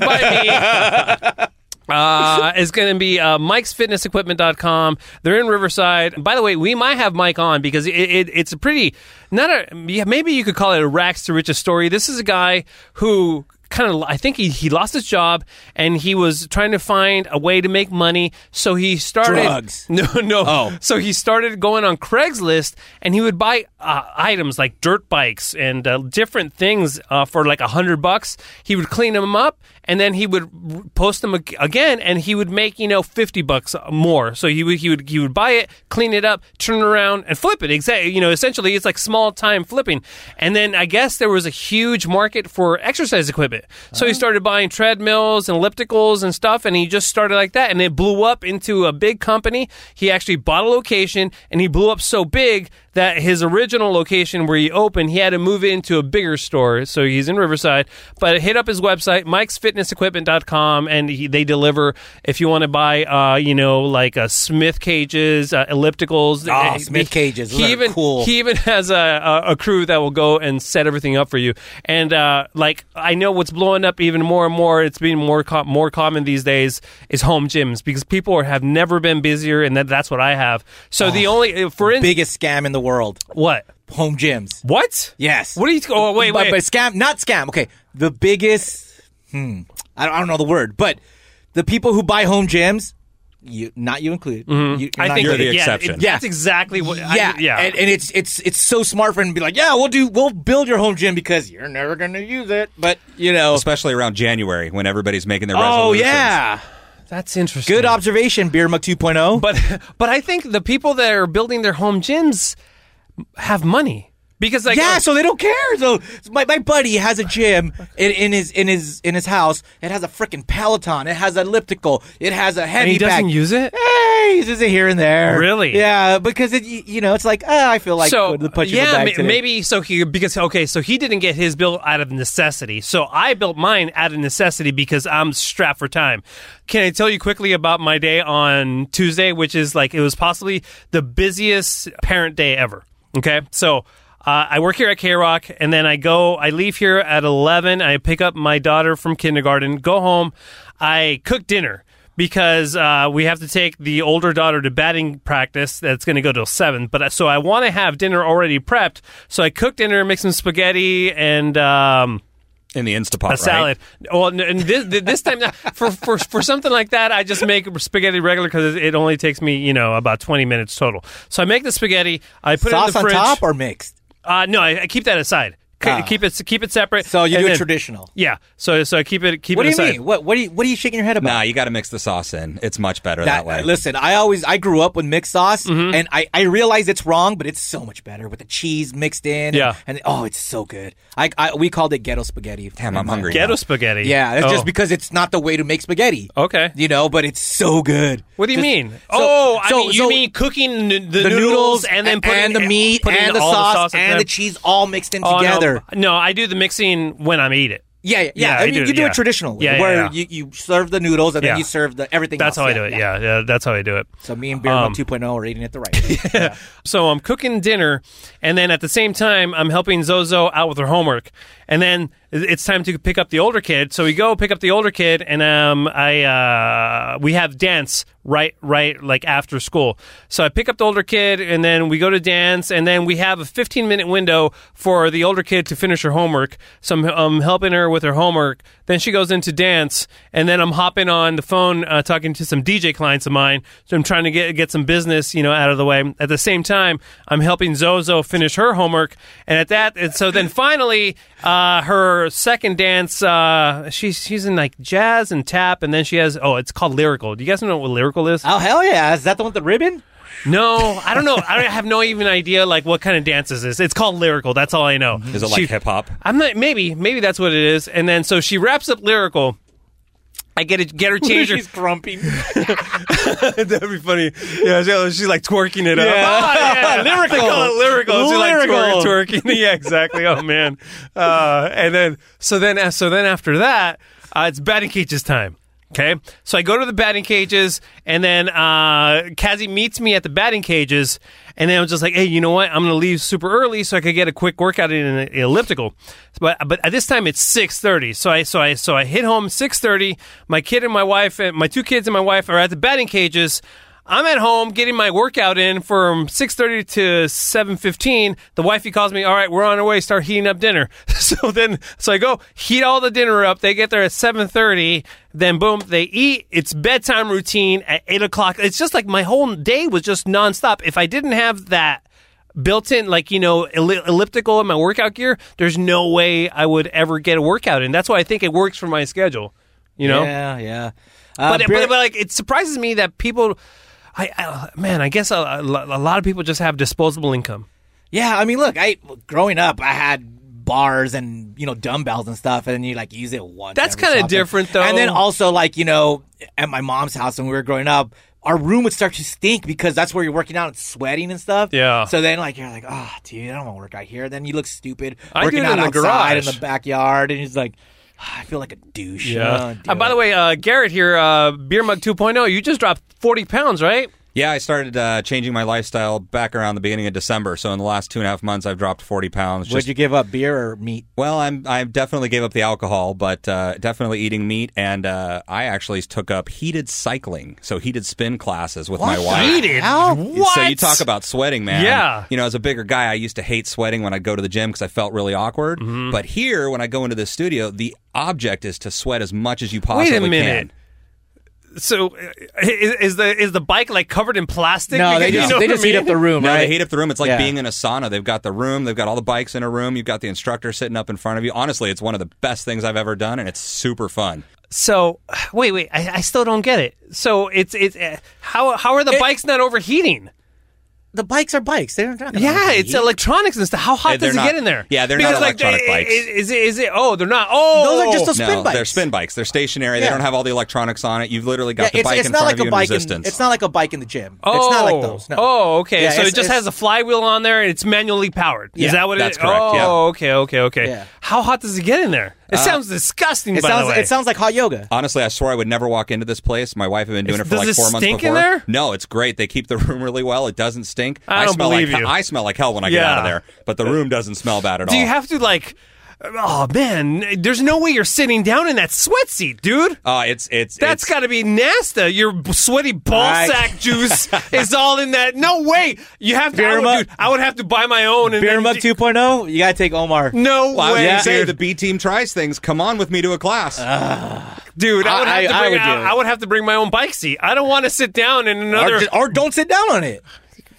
Speaker 5: by me. Uh, it's going to be uh, Mike's Fitness Equipment.com. They're in Riverside. By the way, we might have Mike on because it, it, it's a pretty, not a, yeah, maybe you could call it a rags to riches story. This is a guy who kind of, I think he, he lost his job and he was trying to find a way to make money. So he started.
Speaker 1: Drugs.
Speaker 5: No, no. Oh. So he started going on Craigslist and he would buy uh, items like dirt bikes and uh, different things uh, for like a hundred bucks. He would clean them up and then he would r- post them ag- again and he would make, you know, 50 bucks more. So he would, he would, he would buy it, clean it up, turn around and flip it. Exactly. You know, essentially it's like small time flipping. And then I guess there was a huge market for exercise equipment. So he started buying treadmills and ellipticals and stuff and he just started like that and it blew up into a big company. He actually bought a location and he blew up so big that his original location where he opened, he had to move it into a bigger store. So he's in Riverside, but hit up his website, mikesfitnessequipment.com, and he, they deliver if you want to buy, uh, you know, like uh, Smith cages, uh, ellipticals.
Speaker 1: Ah,
Speaker 5: They-
Speaker 1: Smith cages. Those
Speaker 5: He
Speaker 1: are
Speaker 5: even,
Speaker 1: cool.
Speaker 5: he even has a, a, a crew that will go and set everything up for you. And uh, like I know what's blowing up even more and more. It's being more com- more common these days is home gyms because people are, have never been busier, and that, that's what I have. So
Speaker 1: Oh.
Speaker 5: the only uh, for instance,
Speaker 1: Biggest scam in the world.
Speaker 5: what
Speaker 1: Home gyms.
Speaker 5: what?
Speaker 1: Yes.
Speaker 5: What are you? Oh wait,
Speaker 1: but,
Speaker 5: wait.
Speaker 1: but scam, not scam. Okay, the biggest. Hmm, I don't, I don't know the word, but the people who buy home gyms, you, not you included. You,
Speaker 5: Mm-hmm. I think
Speaker 4: You're the
Speaker 5: yeah, it-
Speaker 4: exception.
Speaker 5: that's exactly what.
Speaker 1: yeah,
Speaker 5: I, yeah.
Speaker 1: And, and it's it's it's so smart for him to be like, yeah, we'll do, we'll build your home gym because you're never gonna use it, but you know,
Speaker 4: especially around January when everybody's making their
Speaker 1: oh
Speaker 4: resolutions.
Speaker 1: yeah,
Speaker 5: that's interesting.
Speaker 1: good observation, Beer Muck 2.0.
Speaker 5: but but I think the people that are building their home gyms have money because like
Speaker 1: yeah,
Speaker 5: uh,
Speaker 1: so they don't care. So my, my buddy has a gym in, in his in his in his house. It has a freaking Peloton. It has an elliptical. It has a
Speaker 5: and
Speaker 1: heavy
Speaker 5: he doesn't
Speaker 1: bag.
Speaker 5: use it.
Speaker 1: Hey, he's just here and there.
Speaker 5: Really?
Speaker 1: Yeah, because it you you know it's like ah, I feel like
Speaker 5: so
Speaker 1: going to the punch in the
Speaker 5: yeah,
Speaker 1: bag
Speaker 5: ma-
Speaker 1: today.
Speaker 5: maybe so he because okay, so he didn't get his built out of necessity. So I built mine out of necessity because I'm strapped for time. Can I tell you quickly about my day on Tuesday, which is like it was possibly the busiest parent day ever. Okay, so. Uh, I work here at K Rock, and then I go. I leave here at eleven. I pick up my daughter from kindergarten. Go home. I cook dinner because uh, we have to take the older daughter to batting practice. That's going to go till seven. But uh, so I want to have dinner already prepped. So I cook dinner, make some spaghetti, and. Um,
Speaker 4: in the Instapot.
Speaker 5: a salad. Well, n- and this, th- this time uh, for, for for something like that, I just make spaghetti regular because it only takes me you know about twenty minutes total. So I make the spaghetti. I put it in
Speaker 1: sauce
Speaker 5: the
Speaker 1: on
Speaker 5: fridge.
Speaker 1: top or mixed.
Speaker 5: Uh, no, I, I keep that aside. K-
Speaker 1: Ah.
Speaker 5: Keep it keep it separate.
Speaker 1: So you
Speaker 5: And
Speaker 1: do
Speaker 5: then-
Speaker 1: it traditional.
Speaker 5: Yeah. So so I keep it keep
Speaker 1: What
Speaker 5: it
Speaker 1: do you
Speaker 5: aside.
Speaker 1: mean? What what are you, what are you shaking your head about?
Speaker 4: Nah, you got to mix the sauce in. It's much better
Speaker 1: That-
Speaker 4: that, way.
Speaker 1: Listen, I always I grew up with mixed sauce,
Speaker 5: Mm-hmm.
Speaker 1: and I I realize it's wrong, but it's so much better with the cheese mixed in.
Speaker 5: Yeah.
Speaker 1: and, oh, it's so good. I, I we called it ghetto spaghetti.
Speaker 4: Damn, I'm hungry.
Speaker 5: Ghetto
Speaker 4: now.
Speaker 5: spaghetti.
Speaker 1: Yeah, it's
Speaker 5: Oh.
Speaker 1: just because it's not the way to make spaghetti.
Speaker 5: Okay.
Speaker 1: you know, but it's so good.
Speaker 5: What do you
Speaker 1: Just-
Speaker 5: mean?
Speaker 1: so-
Speaker 5: oh, I
Speaker 1: so-
Speaker 5: mean, you
Speaker 1: so
Speaker 5: mean cooking n-
Speaker 1: the
Speaker 5: the, noodles,
Speaker 1: noodles,
Speaker 5: and then
Speaker 1: a-
Speaker 5: putting
Speaker 1: and the meat
Speaker 5: putting
Speaker 1: and the
Speaker 5: all
Speaker 1: sauce,
Speaker 5: in
Speaker 1: and
Speaker 5: there?
Speaker 1: the cheese all mixed in
Speaker 5: Oh, no.
Speaker 1: together.
Speaker 5: No, I do the mixing when I'm eat it.
Speaker 1: Yeah, yeah,
Speaker 5: Yeah,
Speaker 1: yeah.
Speaker 5: I
Speaker 1: I mean,
Speaker 5: do it,
Speaker 1: you do
Speaker 5: yeah.
Speaker 1: it traditionally,
Speaker 5: Yeah, yeah,
Speaker 1: where
Speaker 5: yeah.
Speaker 1: You, you serve the noodles and
Speaker 5: Yeah.
Speaker 1: then you serve the everything.
Speaker 5: That's
Speaker 1: else.
Speaker 5: how I do it. Yeah, Um, yeah, that's how I do it.
Speaker 1: So me and Beer Mug 2.0 are eating it the right way. Yeah.
Speaker 5: So I'm cooking dinner, and then at the same time, I'm helping Zozo out with her homework. And then it's time to pick up the older kid. So we go pick up the older kid, and um, I uh, we have dance right right like after school. So I pick up the older kid, and then we go to dance, and then we have a 15 minute window for the older kid to finish her homework. um, So I'm, I'm helping her with her homework. Then she goes into dance, and then I'm hopping on the phone uh, talking to some DJ clients of mine. So I'm trying to get get some business, you know, out of the way. At the same time, I'm helping Zozo finish her homework, and at that, and so then finally, uh, her second dance, uh, she's she's in like jazz and tap, and then she has oh, it's called lyrical. Do you guys know what lyrical is?
Speaker 1: oh hell yeah! Is that the one with the ribbon?
Speaker 5: No, I don't know. I have no even idea like what kind of dances this. is. It's called lyrical. That's all I know.
Speaker 4: Is it like
Speaker 5: She-
Speaker 4: hip hop?
Speaker 5: I'm not. Maybe maybe that's what it is. And then so she wraps up lyrical. I get it. Get her change. her-
Speaker 1: She's grumpy.
Speaker 5: That'd be funny. Yeah, she- she's like twerking it
Speaker 1: Yeah.
Speaker 5: up. Oh, yeah, lyrical, they call it lyrical. She's like twer- twerking. Yeah, exactly. Oh man. Uh, and then so then so then after that, uh, it's batting cages time. Okay, so I go to the batting cages, and then uh, Kazi meets me at the batting cages, and then I was just like, "Hey, you know what? I'm going to leave super early so I could get a quick workout in an elliptical." But but at this time it's six thirty, so I so I so I hit home six thirty. My kid and my wife, and my two kids and my wife are at the batting cages. I'm at home getting my workout in from 6:30 to 7:15. The wifey calls me, "All right, we're on our way. Start heating up dinner." So then, so I go heat all the dinner up. They get there at 7:30. Then boom, they eat. It's bedtime routine at eight o'clock. It's just like my whole day was just nonstop. If I didn't have that built in, like you know, elli- elliptical in my workout gear, there's no way I would ever get a workout in. That's why I think it works for my schedule. You know
Speaker 1: Yeah, yeah.
Speaker 5: but,
Speaker 1: Uh,
Speaker 5: but,
Speaker 1: Beer-
Speaker 5: but like it surprises me that people I, I man I guess a, a lo- a lot of people just have disposable income.
Speaker 1: Yeah, I mean, look, I growing up, I had bars and you know dumbbells and stuff, and you like use it once.
Speaker 5: That's
Speaker 1: every
Speaker 5: kinda
Speaker 1: so often.
Speaker 5: different, though.
Speaker 1: And then also, like you know, at my mom's house when we were growing up, our room would start to stink because that's where you're working out and sweating and stuff.
Speaker 5: Yeah.
Speaker 1: So then, like, you're like, oh, dude, I don't want to work out here. Then you look stupid
Speaker 5: I do
Speaker 1: working
Speaker 5: it
Speaker 1: out
Speaker 5: in the
Speaker 1: outside
Speaker 5: garage.
Speaker 1: in the backyard, and he's like, "Ah, I feel like a douche. Oh, I don't wanna do
Speaker 5: Uh, by
Speaker 1: it."
Speaker 5: the way, uh, Garrett here, uh, Beer Mug 2.0, you just dropped 40 pounds, right?
Speaker 4: Yeah, I started uh, changing my lifestyle back around the beginning of December. So in the last two and a half months, I've dropped forty pounds.
Speaker 1: would
Speaker 4: Just,
Speaker 1: you give up beer or meat?
Speaker 4: well, I'm I definitely gave up the alcohol, but uh, definitely eating meat, and uh, I actually took up heated cycling, so heated spin classes with my wife.
Speaker 5: Heated.
Speaker 1: How?
Speaker 5: What?
Speaker 4: So you talk about sweating, man.
Speaker 5: Yeah.
Speaker 4: You know, as a bigger guy, I used to hate sweating when I go to the gym because I felt really awkward.
Speaker 5: Mm-hmm.
Speaker 4: But here, when I go into the studio, the object is to sweat as much as you
Speaker 5: Wait
Speaker 4: possibly
Speaker 5: a minute.
Speaker 4: can.
Speaker 5: so uh, is, is the is the bike like covered in plastic?
Speaker 1: No, they
Speaker 5: Because, you
Speaker 1: just
Speaker 5: know
Speaker 1: they
Speaker 5: what I
Speaker 1: just heat
Speaker 5: mean?
Speaker 1: up the room,
Speaker 4: No,
Speaker 1: right?
Speaker 4: they heat up the room. It's like
Speaker 1: Yeah.
Speaker 4: being in a sauna. They've got the room. They've got all the bikes in a room. You've got the instructor sitting up in front of you. Honestly, it's one of the best things I've ever done, and it's super fun.
Speaker 5: So wait, wait, I, I still don't get it. So it's it's uh, how how are the bikes not overheating?
Speaker 1: the bikes are bikes. They're not gonna
Speaker 5: Yeah,
Speaker 1: overheat.
Speaker 5: it's electronics and stuff. How hot
Speaker 4: Yeah, they're
Speaker 5: does it
Speaker 4: not-
Speaker 5: get in there?
Speaker 4: yeah, they're not
Speaker 5: because, like,
Speaker 4: electronic
Speaker 5: i- i-
Speaker 4: bikes.
Speaker 5: Is, it? Is it? Oh, they're not. Oh,
Speaker 1: Those are just a spin
Speaker 4: no,
Speaker 1: bikes.
Speaker 4: they're spin bikes. They're stationary.
Speaker 1: Yeah.
Speaker 4: They don't have all the electronics on it. You've literally
Speaker 1: Yeah,
Speaker 4: got the
Speaker 1: it's,
Speaker 4: bike
Speaker 1: it's
Speaker 4: in
Speaker 1: not
Speaker 4: front
Speaker 1: like
Speaker 4: of you
Speaker 1: a
Speaker 4: in
Speaker 1: bike. In,
Speaker 4: resistance.
Speaker 1: it's not like a bike in the gym.
Speaker 5: Oh,
Speaker 1: It's not like those. No.
Speaker 5: Oh, okay.
Speaker 1: Yeah,
Speaker 5: so
Speaker 1: it's-
Speaker 5: it just
Speaker 1: it's-
Speaker 5: has a flywheel on there and it's manually powered.
Speaker 1: Yeah,
Speaker 5: is that what
Speaker 4: that's
Speaker 5: it is?
Speaker 4: correct,
Speaker 5: Oh,
Speaker 4: yeah.
Speaker 5: okay, okay, okay.
Speaker 1: Yeah. Uh,
Speaker 5: How hot does it get in there? It sounds disgusting,
Speaker 1: It
Speaker 5: by
Speaker 1: sounds
Speaker 5: the way.
Speaker 1: it sounds like hot yoga.
Speaker 4: Honestly, I swore I would never walk into this place. My wife had been doing
Speaker 5: Is-
Speaker 4: it for
Speaker 5: does
Speaker 4: like
Speaker 5: it
Speaker 4: four months
Speaker 5: stink in
Speaker 4: before.
Speaker 5: there?
Speaker 4: No, it's great. They keep the room really well. It doesn't stink.
Speaker 5: I don't
Speaker 4: smell
Speaker 5: believe
Speaker 4: like
Speaker 5: you.
Speaker 4: I smell like hell when I get
Speaker 5: Yeah. Uh,
Speaker 4: out of there, but the room doesn't smell bad at
Speaker 5: Do
Speaker 4: all.
Speaker 5: you have to, like, oh, man, there's no way you're sitting down in that sweat seat, dude.
Speaker 4: uh, it's it's
Speaker 5: That's
Speaker 4: it's-
Speaker 5: got to be nasty. Your b- sweaty ball
Speaker 1: I-
Speaker 5: sack juice is all in that. No way. You have to.
Speaker 1: Beer
Speaker 5: I would,
Speaker 1: mug-
Speaker 5: dude, I would have to buy my own. And
Speaker 1: Beer
Speaker 5: then
Speaker 1: mug
Speaker 5: d-
Speaker 1: 2.0. You gotta take Omar.
Speaker 5: No
Speaker 4: Well, I was
Speaker 5: way,
Speaker 4: gonna say
Speaker 5: dude.
Speaker 4: the B team tries things. Come on with me to a class.
Speaker 5: Dude, I would,
Speaker 1: I-
Speaker 5: have to
Speaker 1: I- I
Speaker 5: bring,
Speaker 1: would do
Speaker 5: I,
Speaker 1: it.
Speaker 5: I would have to bring my own bike seat. I don't want to sit down in another.
Speaker 1: Or, ju- or don't sit down on it.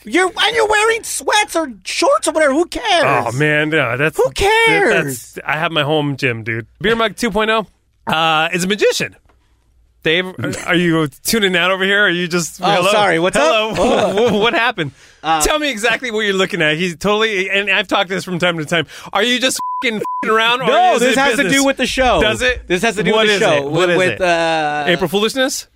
Speaker 1: You're and you're wearing sweats or shorts or whatever. Who cares?
Speaker 5: oh man, no, that's
Speaker 1: Who cares?
Speaker 5: that's- I have my home gym, dude. Beer mug 2.0 uh, is a magician. Dave, are you tuning out over here? Or are you just?
Speaker 1: Oh,
Speaker 5: hello?
Speaker 1: sorry, what's
Speaker 5: hello?
Speaker 1: up? Uh,
Speaker 5: Hello, what happened? Tell me exactly what you're looking at. He's totally, and I've talked this from time to time. Are you just fing around? or
Speaker 1: No,
Speaker 5: is
Speaker 1: this
Speaker 5: it
Speaker 1: has to
Speaker 5: Oh, business?
Speaker 1: do with the show.
Speaker 5: Does it?
Speaker 1: This has to do
Speaker 5: What
Speaker 1: with
Speaker 5: is
Speaker 1: the show.
Speaker 5: it? What
Speaker 1: with,
Speaker 5: is
Speaker 1: with,
Speaker 5: it?
Speaker 1: Uh,
Speaker 5: April Foolishness.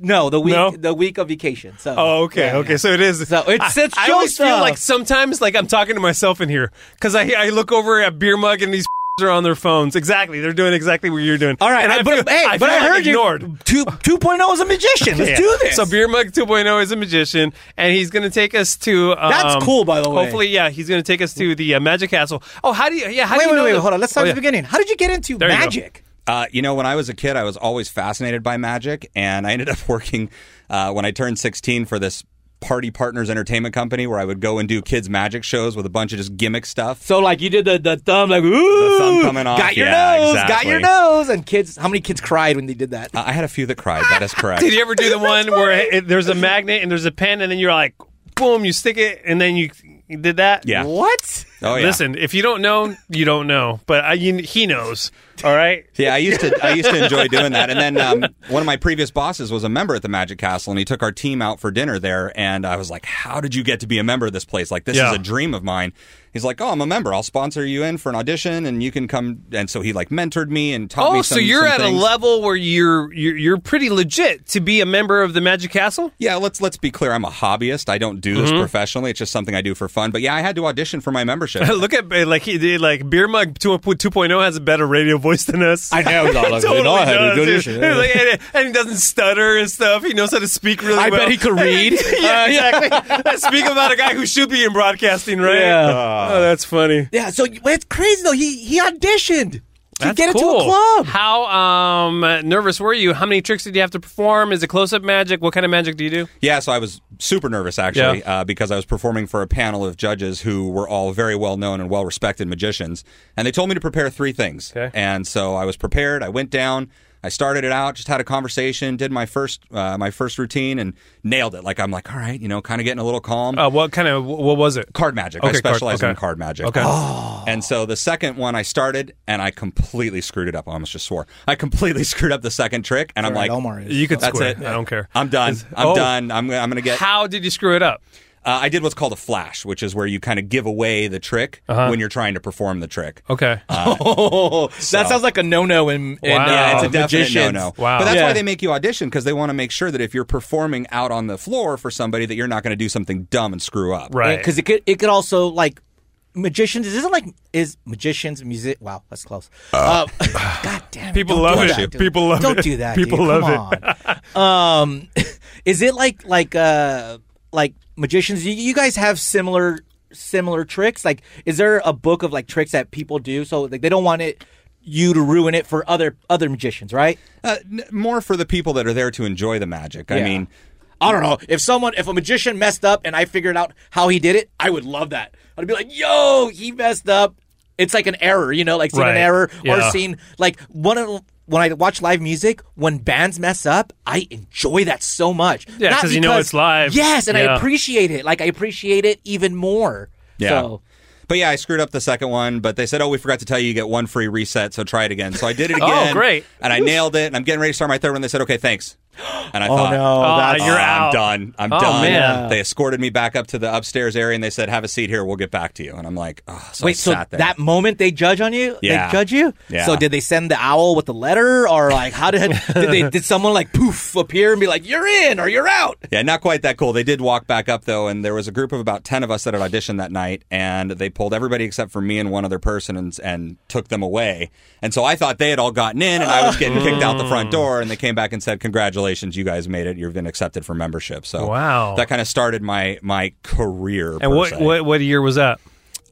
Speaker 1: No, the week.
Speaker 5: No?
Speaker 1: The week of vacation. So.
Speaker 5: Oh, okay,
Speaker 1: Yeah,
Speaker 5: okay.
Speaker 1: yeah.
Speaker 5: So it is.
Speaker 1: So it's-
Speaker 5: I,
Speaker 1: it's
Speaker 5: I
Speaker 1: show
Speaker 5: always feel
Speaker 1: stuff.
Speaker 5: like sometimes, like I'm talking to myself in here because I I look over at beer mug and these are on their phones. Exactly, they're doing exactly what you're doing.
Speaker 1: All right,
Speaker 5: and
Speaker 1: I, but,
Speaker 5: feel-
Speaker 1: hey,
Speaker 5: I
Speaker 1: but
Speaker 5: feel
Speaker 1: I heard
Speaker 5: ignored.
Speaker 1: you. Two, 2.0 is a magician. Let's
Speaker 5: Yeah.
Speaker 1: do this.
Speaker 5: So beer mug 2.0 is a magician, and he's going to take us to. Um,
Speaker 1: That's cool, by the way.
Speaker 5: Hopefully, yeah, he's going to take us to the uh, Magic Castle. Oh, how do you? Yeah, how
Speaker 1: wait,
Speaker 5: do you
Speaker 1: wait,
Speaker 5: know
Speaker 1: wait.
Speaker 5: the-
Speaker 1: Hold on. Let's start
Speaker 5: Oh,
Speaker 1: at
Speaker 5: yeah.
Speaker 1: the beginning. How did you get into
Speaker 5: There you go.
Speaker 1: magic?
Speaker 4: Uh, you know, when I was a kid, I was always fascinated by magic, and I ended up working uh, when I turned 16 for this Party Partners Entertainment Company where I would go and do kids' magic shows with a bunch of just gimmick stuff.
Speaker 1: So like you did the, the thumb like ooh
Speaker 4: thumb coming off,
Speaker 1: got your
Speaker 4: yeah,
Speaker 1: nose got
Speaker 4: exactly.
Speaker 1: your nose and kids how many kids cried when they did that
Speaker 4: Uh, I had a few that cried. That is correct.
Speaker 5: Did you ever do the one where it, there's a magnet and there's a pen, and then you're like, boom, you stick it, and then you, you did that?
Speaker 4: Yeah.
Speaker 1: what
Speaker 4: Oh, yeah.
Speaker 5: Listen, if you don't know, you don't know. But I, you, he knows. All right.
Speaker 4: Yeah, I used to I used to enjoy doing that. And then um, one of my previous bosses was a member at the Magic Castle, and he took our team out for dinner there. And I was like, "How did you get to be a member of this place? Like, this
Speaker 5: Yeah.
Speaker 4: is a dream of mine." He's like, "Oh, I'm a member. I'll sponsor you in for an audition, and you can come." And so he like mentored me and taught me.
Speaker 5: Oh,
Speaker 4: Some,
Speaker 5: so you're
Speaker 4: some
Speaker 5: at
Speaker 4: things.
Speaker 5: a level where you're, you're you're pretty legit to be a member of the Magic Castle.
Speaker 4: Yeah, let's let's be clear. I'm a hobbyist. I don't do this
Speaker 5: Mm-hmm.
Speaker 4: professionally. It's just something I do for fun. But yeah, I had to audition for my membership.
Speaker 5: Look at like he did like beer mug 2, 2.0 has a better radio voice than us.
Speaker 1: I know like,
Speaker 5: totally does, dude.
Speaker 1: audition.
Speaker 5: He's like- and, and he doesn't stutter and stuff. He knows how to speak really
Speaker 1: I
Speaker 5: well.
Speaker 1: bet he could read. Uh,
Speaker 5: yeah, exactly. I speak about a guy who should be in broadcasting, right?
Speaker 1: Yeah.
Speaker 5: Oh, that's funny.
Speaker 1: yeah so well, it's crazy though he he auditioned to
Speaker 5: That's
Speaker 1: get into
Speaker 5: cool.
Speaker 1: a club
Speaker 5: How um, nervous were you? How many tricks did you have to perform? Is it close up magic? What kind of magic do you do?
Speaker 4: Yeah, so I was super nervous actually
Speaker 5: Yeah.
Speaker 4: uh, because I was performing for a panel of judges who were all very well known and well respected magicians. And they told me to prepare three things.
Speaker 5: Okay.
Speaker 4: And so I was prepared. I went down. I started it out, just had a conversation, did my first uh, my first routine, and nailed it. Like I'm like, all right, you know, kind of getting a little calm.
Speaker 5: Uh, what kind of what was it?
Speaker 4: Card magic. I
Speaker 5: Okay, card-
Speaker 4: specialize
Speaker 5: okay.
Speaker 4: in card magic. Oh.
Speaker 5: Okay.
Speaker 4: And so the second one I started, and I completely screwed it up. I almost just swore. I completely screwed up the second trick, and I'm
Speaker 1: All right,
Speaker 4: like,
Speaker 1: Omar is-
Speaker 5: You could
Speaker 4: That's
Speaker 5: square
Speaker 4: it.
Speaker 5: it. I don't care.
Speaker 4: I'm done. I'm
Speaker 5: oh.
Speaker 4: done. I'm, I'm going to get.
Speaker 5: How did you screw it up?
Speaker 4: Uh, I did what's called a flash, which is where you kind of give away the trick when you're trying to perform the trick.
Speaker 5: Uh-huh. Okay.
Speaker 4: Uh,
Speaker 1: oh that sounds like a no no in, in
Speaker 5: Wow.
Speaker 1: uh,
Speaker 5: Yeah,
Speaker 4: It's a
Speaker 5: Oh,
Speaker 4: definite
Speaker 1: magicians.
Speaker 4: no-no.
Speaker 5: Wow.
Speaker 4: But that's
Speaker 1: Yeah.
Speaker 4: why they make you audition because they want to make sure that if you're performing out on the floor for somebody, that you're not going to do something dumb and screw up.
Speaker 5: right.
Speaker 1: because it could it could also like magicians isn't like is magicians music wow that's close uh, god damn it,
Speaker 5: People
Speaker 1: don't
Speaker 5: love
Speaker 1: do
Speaker 5: it.
Speaker 1: that,
Speaker 5: Bless you.
Speaker 1: dude.
Speaker 5: People love
Speaker 1: don't
Speaker 5: it.
Speaker 1: do that
Speaker 5: People
Speaker 1: dude.
Speaker 5: love
Speaker 1: Come on. um is it like like uh like magicians you, you guys have similar similar tricks like is there a book of like tricks that people do so like they don't want it you to ruin it for other other magicians right
Speaker 4: Uh, n- more for the people that are there to enjoy the magic. I
Speaker 1: Yeah.
Speaker 4: mean,
Speaker 1: I don't know. If someone, if a magician messed up and I figured out how he did it, I would love that. I'd be like, yo, he messed up. It's like an error, you know, like seeing
Speaker 5: Right.
Speaker 1: an error
Speaker 5: Yeah.
Speaker 1: or seeing like one of when I watch live music, when bands mess up, I enjoy that so much.
Speaker 5: Yeah,
Speaker 1: Not
Speaker 5: 'cause you know
Speaker 1: because-
Speaker 5: it's live.
Speaker 1: Yes, and I
Speaker 5: Yeah.
Speaker 1: appreciate it. Like I appreciate it even more.
Speaker 4: Yeah.
Speaker 1: So,
Speaker 4: But yeah, I screwed up the second one, but they said, "Oh, we forgot to tell you, you get one free reset, so try it again." So I did it again.
Speaker 5: Oh, great.
Speaker 4: And I nailed it. And I'm getting ready to start my third one. They said, "Okay, thanks." And I thought,
Speaker 5: Oh,
Speaker 1: that's-
Speaker 5: you're
Speaker 4: "Oh,
Speaker 5: out.
Speaker 4: I'm done. I'm
Speaker 5: Oh,
Speaker 4: done."
Speaker 5: man.
Speaker 4: They escorted me back up to the upstairs area, and they said, "Have a seat here. We'll get back to you." And I'm like, oh, so I
Speaker 1: Wait, so
Speaker 4: sat there.
Speaker 1: that moment they judge on you?
Speaker 4: Yeah.
Speaker 1: They judge you?
Speaker 4: Yeah.
Speaker 1: So did they send the owl with the letter or like how did did they did someone like poof appear and be like you're in or you're out?
Speaker 4: Yeah, not quite that cool. They did walk back up though, and there was a group of about ten of us that had auditioned that night, and they pulled everybody except for me and one other person, and, and took them away. And so I thought they had all gotten in, and I was getting kicked out the front door. And they came back and said, "Congratulations, you guys made it. You've been accepted for membership." So
Speaker 5: Wow.
Speaker 4: that kind of started my my career. per
Speaker 5: And what,
Speaker 4: se.
Speaker 5: what what year was that?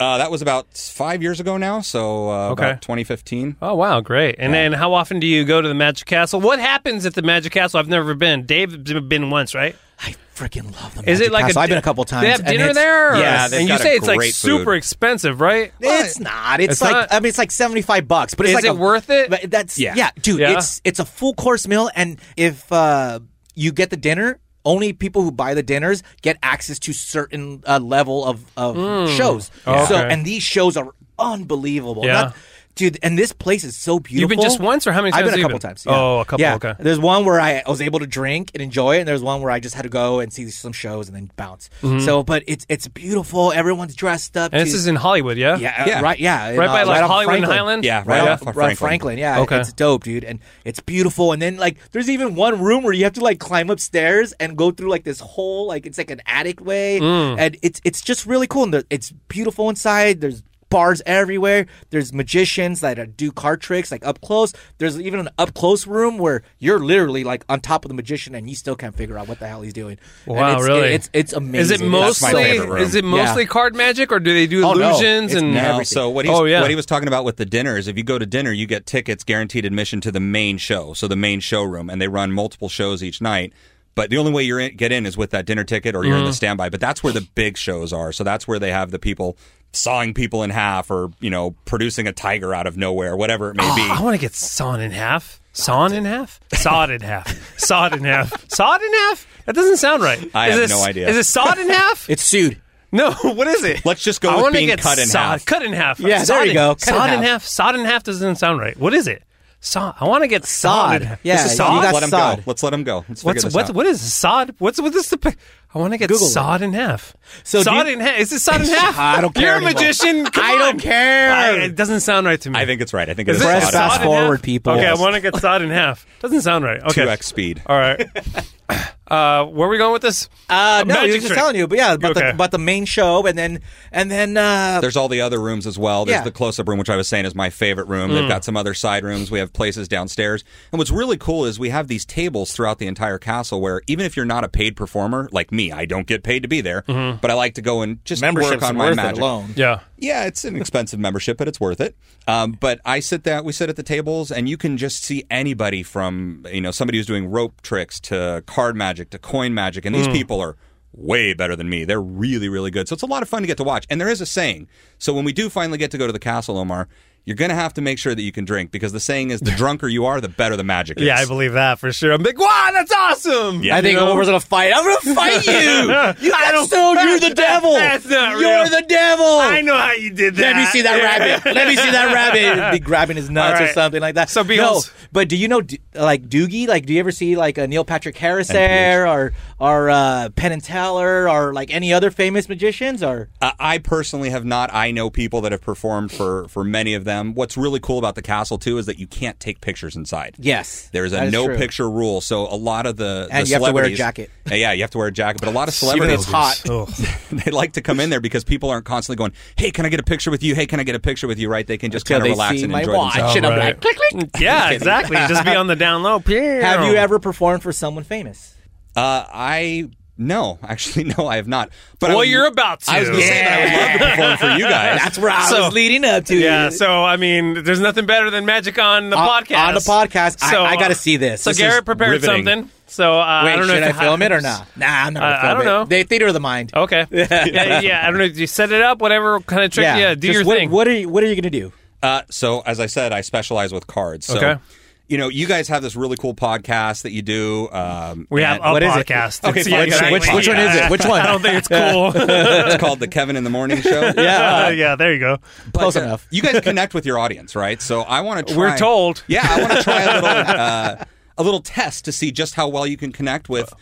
Speaker 4: Uh, that was about five years ago now, so uh,
Speaker 5: Okay.
Speaker 4: about 2015.
Speaker 5: Oh wow, great! And then how often do you go to the Magic Castle? What happens at the Magic Castle? I've never been. Dave's been once, right?
Speaker 1: I freaking love them.
Speaker 5: Is it like
Speaker 1: Castle.
Speaker 5: a,
Speaker 1: I've been a couple times.
Speaker 5: They have
Speaker 1: and
Speaker 5: dinner
Speaker 1: it's-
Speaker 5: there.
Speaker 4: yeah, they've
Speaker 5: and you
Speaker 4: got
Speaker 5: say
Speaker 4: a
Speaker 5: it's like
Speaker 4: great
Speaker 5: super
Speaker 4: food.
Speaker 5: expensive, right?
Speaker 1: It's not. It's,
Speaker 5: It's
Speaker 1: like
Speaker 5: not?
Speaker 1: I mean, it's like seventy five bucks. But it's
Speaker 5: Is
Speaker 1: like
Speaker 5: it
Speaker 1: a-
Speaker 5: worth it?
Speaker 1: But that's
Speaker 4: Yeah.
Speaker 1: yeah, dude.
Speaker 5: Yeah.
Speaker 1: It's it's a full course meal, and if uh, you get the dinner, only people who buy the dinners get access to certain uh, level of of shows.
Speaker 5: Oh,
Speaker 1: So
Speaker 5: okay.
Speaker 1: and these shows are unbelievable.
Speaker 5: Yeah.
Speaker 1: dude, and this place is so beautiful.
Speaker 5: just once, or how many times
Speaker 1: I've been
Speaker 5: have
Speaker 1: a
Speaker 5: you
Speaker 1: couple
Speaker 5: been?
Speaker 1: times. yeah.
Speaker 5: Oh, a couple,
Speaker 1: Yeah.
Speaker 5: okay.
Speaker 1: There's one where I was able to drink and enjoy it, and there's one where I just had to go and see some shows and then bounce. So, but it's it's beautiful. Everyone's dressed up.
Speaker 5: Mm-hmm. And this
Speaker 1: to-
Speaker 5: is in Hollywood, yeah.
Speaker 1: yeah,
Speaker 4: Yeah.
Speaker 1: yeah, right. Yeah, in,
Speaker 5: Right by,
Speaker 1: uh,
Speaker 5: like,
Speaker 1: off
Speaker 5: Hollywood and
Speaker 1: Franklin.
Speaker 5: Highland?
Speaker 4: Yeah,
Speaker 1: right,
Speaker 4: right
Speaker 1: off
Speaker 4: off of
Speaker 1: Franklin.
Speaker 4: Franklin.
Speaker 1: Franklin. Yeah,
Speaker 5: Okay.
Speaker 1: it's dope, dude, and it's beautiful. And then like, there's even one room where you have to like climb upstairs and go through like this whole like it's like an attic way,
Speaker 5: Mm.
Speaker 1: and it's it's just really cool. And the, it's beautiful inside. There's bars everywhere. There's magicians that uh, do card tricks like up close. There's even an up close room where you're literally like on top of the magician and you still can't figure out what the hell he's doing. And
Speaker 5: Wow,
Speaker 1: it's,
Speaker 5: really?
Speaker 1: It's it's amazing.
Speaker 5: Is it
Speaker 1: It's-
Speaker 4: my
Speaker 5: mostly
Speaker 4: favorite room.
Speaker 5: is it
Speaker 1: Yeah.
Speaker 5: mostly card magic, or do they do
Speaker 1: Oh, no.
Speaker 5: illusions
Speaker 1: It's
Speaker 5: and
Speaker 1: now-
Speaker 4: No,
Speaker 1: everything.
Speaker 4: so what he's,
Speaker 5: Oh, yeah.
Speaker 4: what he was talking about with the dinner is if you go to dinner, you get tickets, guaranteed admission to the main show, so the main showroom, and they run multiple shows each night. But the only way you get in is with that dinner ticket, or you're
Speaker 5: Mm.
Speaker 4: in the standby. But that's where the big shows are. So that's where they have the people sawing people in half, or you know, producing a tiger out of nowhere, whatever it may be.
Speaker 1: Oh,
Speaker 5: I want to get sawn in half. Sawn in half? Sawed in half. Sawed in half. Sawed in half? That doesn't sound right.
Speaker 4: I
Speaker 5: is
Speaker 4: have
Speaker 5: it,
Speaker 4: no idea.
Speaker 5: Is it sawed in half?
Speaker 1: It's sued.
Speaker 5: no, what is it?
Speaker 4: Let's just go
Speaker 5: I
Speaker 4: with
Speaker 5: wanna
Speaker 4: being
Speaker 5: get
Speaker 4: cut in
Speaker 5: sawed-
Speaker 4: half.
Speaker 5: Cut in half.
Speaker 1: Yeah, there
Speaker 5: Sawed
Speaker 1: you
Speaker 5: in-
Speaker 1: go. Cut in
Speaker 5: Sawed in
Speaker 1: half.
Speaker 5: half. Sawed in half doesn't sound right. What is it? Saw. I want to get sawed.
Speaker 1: Sawed.
Speaker 5: in half.
Speaker 1: Yeah,
Speaker 5: Is it
Speaker 1: you
Speaker 5: sawed?
Speaker 1: got
Speaker 4: Let him
Speaker 1: sod.
Speaker 4: go. Let's let him go. Let's figure
Speaker 5: What's
Speaker 4: this
Speaker 5: what's
Speaker 4: out.
Speaker 5: what is sod? What's what is the? pic- I want to get
Speaker 1: Google it.
Speaker 5: sawed in half.
Speaker 1: So do
Speaker 5: sawed
Speaker 1: you-
Speaker 5: in half. Is it sawed in half?
Speaker 1: I don't care
Speaker 5: You're
Speaker 1: anymore.
Speaker 5: a magician. Come
Speaker 1: I don't
Speaker 5: on.
Speaker 1: care.
Speaker 5: I- it doesn't sound right to me.
Speaker 4: I think it's right. I think
Speaker 5: Is
Speaker 4: it's
Speaker 5: it
Speaker 1: Press
Speaker 5: sawed
Speaker 1: fast
Speaker 5: in half?
Speaker 1: forward, people.
Speaker 5: Okay, I
Speaker 1: Yes.
Speaker 5: want to get sawed in half. Doesn't sound right. Okay,
Speaker 4: two x speed.
Speaker 5: All right. Uh, where are we going with this?
Speaker 1: Uh, no,
Speaker 5: magic
Speaker 1: he was just
Speaker 5: trick.
Speaker 1: telling you, but yeah, about
Speaker 5: Okay.
Speaker 1: the about the main show, and then and then uh,
Speaker 4: There's all the other rooms as well. There's
Speaker 1: Yeah.
Speaker 4: the close up room, which I was saying is my favorite room. They've got some other side rooms. We have places downstairs. And what's really cool is we have these tables throughout the entire castle where even if you're not a paid performer, like me, I don't get paid to be there, but I like to go and just
Speaker 1: membership's
Speaker 4: work on my
Speaker 1: worth
Speaker 4: magic.
Speaker 1: it alone.
Speaker 5: Yeah.
Speaker 4: Yeah, it's an expensive membership, but it's worth it. Um, but I sit that we sit at the tables, and you can just see anybody from you know somebody who's doing rope tricks to card magic to coin magic, and these people are way better than me. They're really really good, so it's a lot of fun to get to watch. And there is a saying. So when we do finally get to go to the castle, Omar, you're going to have to make sure that you can drink because the saying is the drunker you are, the better the magic is.
Speaker 5: Yeah, I believe that for sure. I'm like, wow, that's awesome.
Speaker 4: Yeah.
Speaker 1: I think
Speaker 5: You know?
Speaker 1: Omar's gonna fight. I'm gonna fight you. you
Speaker 5: I
Speaker 1: got
Speaker 5: don't-
Speaker 1: so you're the
Speaker 5: that-
Speaker 1: devil.
Speaker 5: that's not
Speaker 1: You're
Speaker 5: real.
Speaker 1: the devil.
Speaker 5: I know how you did that.
Speaker 1: Let me see that rabbit. Let me see that rabbit. He'd Be grabbing his nuts
Speaker 5: All
Speaker 1: or
Speaker 5: right.
Speaker 1: something like that.
Speaker 5: So
Speaker 1: no,
Speaker 5: Beals-
Speaker 1: but do you know d- like Doogie? Like, do you ever see like a Neil Patrick Harris there, or or uh, Penn and Teller, or like any other famous magicians? Or
Speaker 4: Uh, I personally have not. I know people that have performed for for many of them. What's really cool about the castle too is that you can't take pictures inside.
Speaker 1: yes,
Speaker 4: There's a
Speaker 1: that is
Speaker 4: no
Speaker 1: true.
Speaker 4: picture rule, so a lot of the,
Speaker 1: And
Speaker 4: the
Speaker 1: you have to wear a
Speaker 4: celebrities-
Speaker 1: jacket.
Speaker 4: Uh, Yeah, you have to wear a jacket, but a lot of
Speaker 1: Even though
Speaker 4: celebrities
Speaker 1: it's hot.
Speaker 4: they like to come in there because people aren't constantly going, "Hey, can I get a picture with you? Hey, can I get a picture with you?" Right? They can just
Speaker 1: Until
Speaker 4: kind
Speaker 1: they
Speaker 4: of relax
Speaker 1: see
Speaker 4: and
Speaker 1: my
Speaker 4: enjoy
Speaker 1: watch.
Speaker 4: themselves.
Speaker 1: And I'm like, click, click.
Speaker 5: Yeah, exactly. Just be on the down low.
Speaker 1: Have you ever performed for someone famous?
Speaker 4: Uh, I no, actually, no, I have not. But I
Speaker 5: Well,
Speaker 4: would-
Speaker 5: you're about to.
Speaker 4: I was going to say that I would love to perform for you guys.
Speaker 1: That's where I
Speaker 5: So-
Speaker 1: was leading up to.
Speaker 5: Yeah, so I mean, there's nothing better than magic on the
Speaker 1: On-
Speaker 5: podcast.
Speaker 1: on the podcast. I- I gotta see this.
Speaker 5: So
Speaker 1: This is
Speaker 5: Garrett prepared
Speaker 4: riveting.
Speaker 5: something. So uh,
Speaker 1: Wait,
Speaker 5: I don't know
Speaker 1: should
Speaker 5: if
Speaker 1: I
Speaker 5: you-
Speaker 1: film it or not? Nah, I'm not. Gonna
Speaker 5: I- I
Speaker 1: film
Speaker 5: don't
Speaker 1: it.
Speaker 5: know. Oh,
Speaker 1: They theater of the mind.
Speaker 5: Okay. yeah, yeah, I don't know. You set it up, whatever kind of trick. Yeah, do
Speaker 1: Just
Speaker 5: your
Speaker 1: what,
Speaker 5: thing.
Speaker 1: What are you? What are you gonna do?
Speaker 4: Uh, so, as I said, I specialize with cards. So
Speaker 5: Okay.
Speaker 4: you know, you guys have this really cool podcast that you do. Um,
Speaker 5: We have
Speaker 4: and-
Speaker 5: a
Speaker 1: what is it?
Speaker 5: podcast.
Speaker 4: Okay,
Speaker 5: It's-
Speaker 4: fine.
Speaker 5: yeah, exactly.
Speaker 1: Which- which one is it? Which one?
Speaker 5: I don't think it's cool. Uh,
Speaker 4: it's called the Kevin in the Morning Show.
Speaker 5: yeah,
Speaker 1: Yeah.
Speaker 5: there you go.
Speaker 4: But,
Speaker 1: Close
Speaker 4: uh,
Speaker 1: enough.
Speaker 4: You guys connect with your audience, right? So I want to. try.
Speaker 5: We're told.
Speaker 4: Yeah, I want to try a little uh, a little test to see just how well you can connect with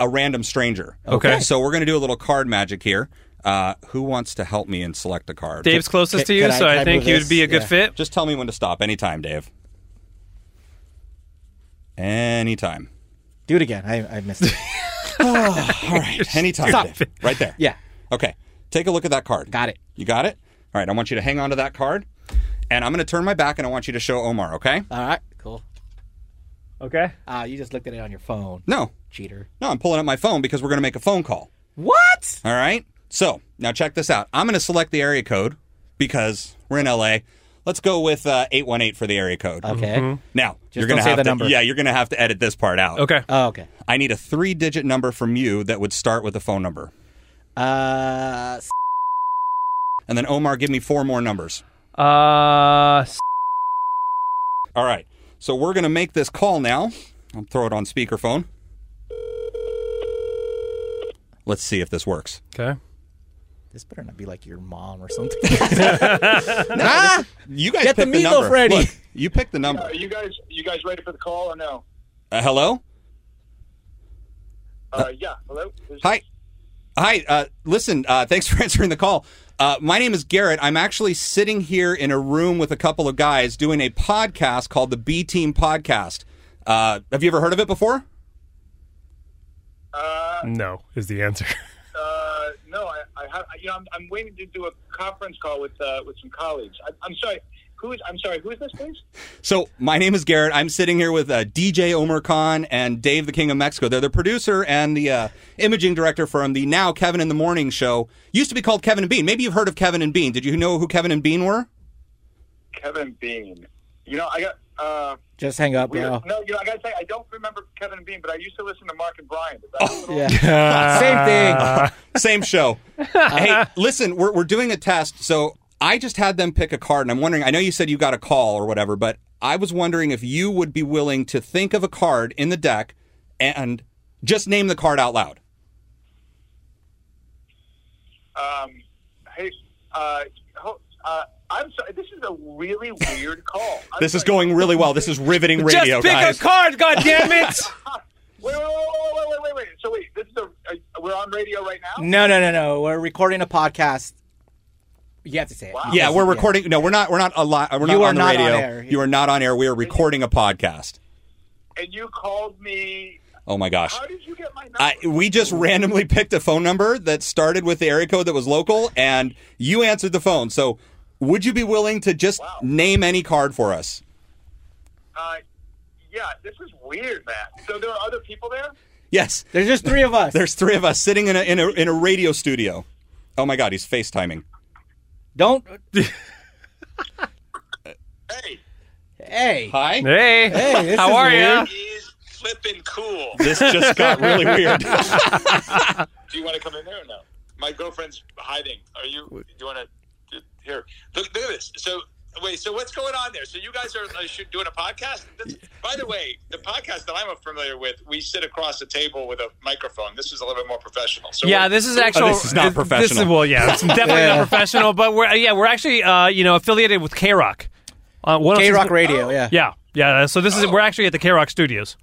Speaker 4: a random stranger.
Speaker 5: Okay.
Speaker 4: So we're going to do a little card magic here. Uh, who wants to help me and select a card?
Speaker 5: Dave's closest to
Speaker 1: Can-
Speaker 5: you,
Speaker 1: can I-
Speaker 5: so
Speaker 1: can
Speaker 5: I,
Speaker 1: I
Speaker 5: think
Speaker 1: move
Speaker 5: you'd
Speaker 1: this?
Speaker 5: be a good
Speaker 1: Yeah.
Speaker 5: fit.
Speaker 4: Just tell me when to stop. Anytime, Dave. Anytime.
Speaker 1: Do it again. I, I missed it.
Speaker 4: All right. Anytime, Dave. Right there.
Speaker 1: Yeah.
Speaker 4: Okay. Take a look at that card.
Speaker 1: Got it.
Speaker 4: You got it? All right. I want you to hang on to that card. And I'm going to turn my back and I want you to show Omar, okay?
Speaker 1: All right. Cool.
Speaker 2: Okay.
Speaker 1: Ah, you just looked at it on your phone.
Speaker 4: No.
Speaker 1: Cheater.
Speaker 4: No, I'm pulling up my phone because we're going to make a phone call.
Speaker 1: What?
Speaker 4: All right. So now check this out. I'm going to select the area code because we're in LA. Let's go with uh, 818 for the area code.
Speaker 1: Okay.
Speaker 4: Now you're
Speaker 1: don't
Speaker 4: gonna
Speaker 1: say
Speaker 4: have
Speaker 1: the
Speaker 4: to,
Speaker 1: number.
Speaker 4: yeah, you're gonna have to edit this part out.
Speaker 5: Okay.
Speaker 1: Oh, okay.
Speaker 4: I need a three-digit number from you that would start with a phone number,
Speaker 1: Uh, s-
Speaker 4: and then Omar, give me four more numbers.
Speaker 5: Uh, s-
Speaker 4: All right. So we're gonna make this call now. I'll throw it on speakerphone. Let's see if this works.
Speaker 5: okay.
Speaker 1: this better not be like your mom or something.
Speaker 4: You guys
Speaker 1: Get the
Speaker 4: picked the
Speaker 1: meatloaf
Speaker 4: number.
Speaker 1: ready.
Speaker 4: Look, you picked the number.
Speaker 6: Are you guys you guys ready for the call or no?
Speaker 4: Uh, hello.
Speaker 6: Uh, yeah. Hello. Is-
Speaker 4: Hi. Hi. Uh, listen, uh, thanks for answering the call. Uh, my name is Garrett. I'm actually sitting here in a room with a couple of guys doing a podcast called the B Team Podcast. Uh, have you ever heard of it before?
Speaker 6: Uh,
Speaker 5: No is the answer.
Speaker 6: uh, no, I, I have. You know, I'm, I'm waiting to do a conference call with uh, with some colleagues. I, I'm sorry. Who is? I'm sorry. Who is this, please?
Speaker 4: So, my name is Garrett. I'm sitting here with uh, DJ Omer Khan and Dave, the King of Mexico. They're the producer and the uh, imaging director from the now Kevin in the Morning show. Used to be called Kevin and Bean. Maybe you've heard of Kevin and Bean. Did you know who Kevin and Bean were?
Speaker 6: Kevin Bean. You know, I got. Uh,
Speaker 1: just hang up,
Speaker 6: weird.
Speaker 1: bro.
Speaker 6: No, you know, I gotta say, I don't remember Kevin Bean, but I used to listen to Mark and Brian. Is that what it was?
Speaker 1: Yeah. Same thing.
Speaker 4: Same show. hey, listen, we're, we're doing a test. So I just had them pick a card, and I'm wondering I know you said you got a call or whatever, but I was wondering if you would be willing to think of a card in the deck and just name the card out loud.
Speaker 6: Um, hey, uh, ho- uh, I'm sorry. This is a really weird call. I'm
Speaker 4: This is
Speaker 6: sorry.
Speaker 4: going really well. This is riveting radio,
Speaker 5: Just pick
Speaker 4: guys.
Speaker 5: a card, God damn it!
Speaker 6: Wait, wait, wait, wait, wait, wait, wait. So wait, this is a. a we're on radio right now.
Speaker 1: No, no, no, no. We're recording a podcast. You have to say it.
Speaker 6: Wow.
Speaker 4: yeah, we're recording. No, we're not. We're not a lot. We're not
Speaker 1: You are
Speaker 4: on the
Speaker 1: not on
Speaker 4: radio.
Speaker 1: air.
Speaker 4: You are not on air. We are recording a podcast.
Speaker 6: And you called me.
Speaker 4: Oh my gosh.
Speaker 6: How did you get my number?
Speaker 4: I, we just randomly picked a phone number that started with the area code that was local, and you answered the phone. So, would you be willing to just
Speaker 6: Wow.
Speaker 4: name any card for us?
Speaker 6: uh, yeah, this is weird, man. So there are other people there.
Speaker 4: Yes,
Speaker 1: There's just three of us.
Speaker 4: there's three of us sitting in a in a, in a radio studio. Oh my God, he's FaceTiming.
Speaker 1: Don't.
Speaker 6: Hey,
Speaker 1: Hey.
Speaker 4: Hi.
Speaker 5: Hey,
Speaker 1: Hey, this
Speaker 5: how
Speaker 1: is
Speaker 5: are ya?
Speaker 1: weird.
Speaker 6: is flipping cool.
Speaker 4: This just got really weird.
Speaker 6: Do you want to come in there or no? My girlfriend's hiding. Are you? Do you want to? Here, look, look at this. So. Wait, so what's going on there? So you guys are uh, shoot- doing a podcast? This, by the way, the podcast that I'm familiar with, we sit across a table with a microphone. This is a little bit more professional. So
Speaker 5: Yeah,
Speaker 6: we're-
Speaker 1: Oh,
Speaker 5: this is actual.
Speaker 4: this is not
Speaker 5: this
Speaker 4: professional.
Speaker 5: well, yeah, it's definitely
Speaker 1: Yeah.
Speaker 5: not professional. But we're yeah, we're actually uh, you know affiliated with K Rock. Uh, what else
Speaker 1: K
Speaker 5: is
Speaker 1: Rock
Speaker 5: the-
Speaker 1: Radio. Yeah.
Speaker 5: Yeah, yeah. uh, So this is
Speaker 6: Oh.
Speaker 5: we're actually at the K Rock Studios.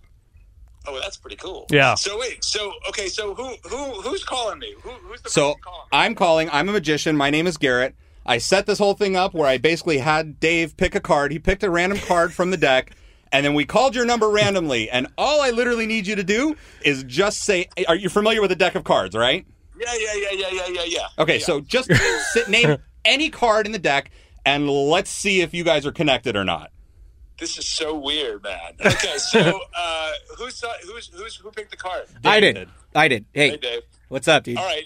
Speaker 6: Oh, that's pretty cool.
Speaker 5: Yeah.
Speaker 6: So wait, so okay, so who who who's calling me? Who, who's the
Speaker 4: So
Speaker 6: person calling? me?
Speaker 4: I'm calling. I'm a magician. My name is Garrett. I set this whole thing up where I basically had Dave pick a card. He picked a random card from the deck, and then we called your number randomly. And all I literally need you to do is just say, "Are you familiar with a deck of cards?" Right?
Speaker 6: yeah, yeah, yeah, yeah, yeah, yeah, yeah.
Speaker 4: Okay.
Speaker 6: Yeah.
Speaker 4: So just sit, name any card in the deck, and let's see if you guys are connected or not.
Speaker 6: this is so weird, man. Okay, so uh, who's who's who's who picked the card?
Speaker 1: I did. I did.
Speaker 6: Hey,
Speaker 1: Hey.
Speaker 6: Dave.
Speaker 1: What's up, dude?
Speaker 6: All right,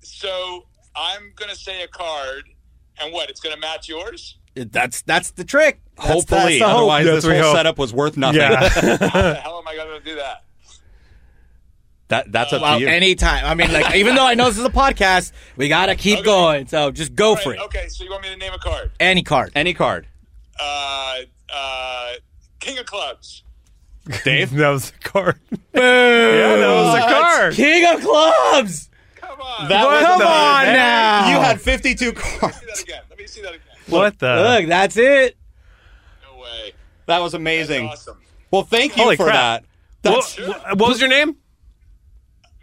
Speaker 6: so I'm gonna say a card, and what? It's gonna match yours?
Speaker 1: That's that's the trick. That's- that's
Speaker 4: Hopefully,
Speaker 1: the hope.
Speaker 4: otherwise
Speaker 5: Yes,
Speaker 4: this
Speaker 5: we
Speaker 4: whole
Speaker 5: hope.
Speaker 4: setup was worth nothing.
Speaker 6: How the hell am I gonna do that?
Speaker 4: that, that's up
Speaker 1: Well,
Speaker 4: to you.
Speaker 1: anytime. I mean, like, even though I know this is a podcast, we gotta keep
Speaker 6: Okay.
Speaker 1: going. So just go
Speaker 6: All
Speaker 1: for
Speaker 6: right,
Speaker 1: it.
Speaker 6: okay, so you want me to name a card?
Speaker 1: Any card.
Speaker 4: any card.
Speaker 6: Uh, uh, King of Clubs.
Speaker 5: Dave, that was a card. Yeah, that was a card.
Speaker 1: King of clubs.
Speaker 6: Come on.
Speaker 7: That
Speaker 6: Let
Speaker 7: was
Speaker 5: Come
Speaker 7: the-
Speaker 5: on
Speaker 7: that-
Speaker 1: now.
Speaker 7: You had 52
Speaker 6: me
Speaker 7: cards.
Speaker 6: see that again. Let me see that again.
Speaker 5: What the?
Speaker 1: Look, that's it.
Speaker 6: No way.
Speaker 7: That was
Speaker 6: That's
Speaker 7: amazing.
Speaker 6: awesome.
Speaker 7: Well, thank you
Speaker 5: Holy
Speaker 7: for
Speaker 5: crap.
Speaker 7: that. That's
Speaker 5: What, what was your name?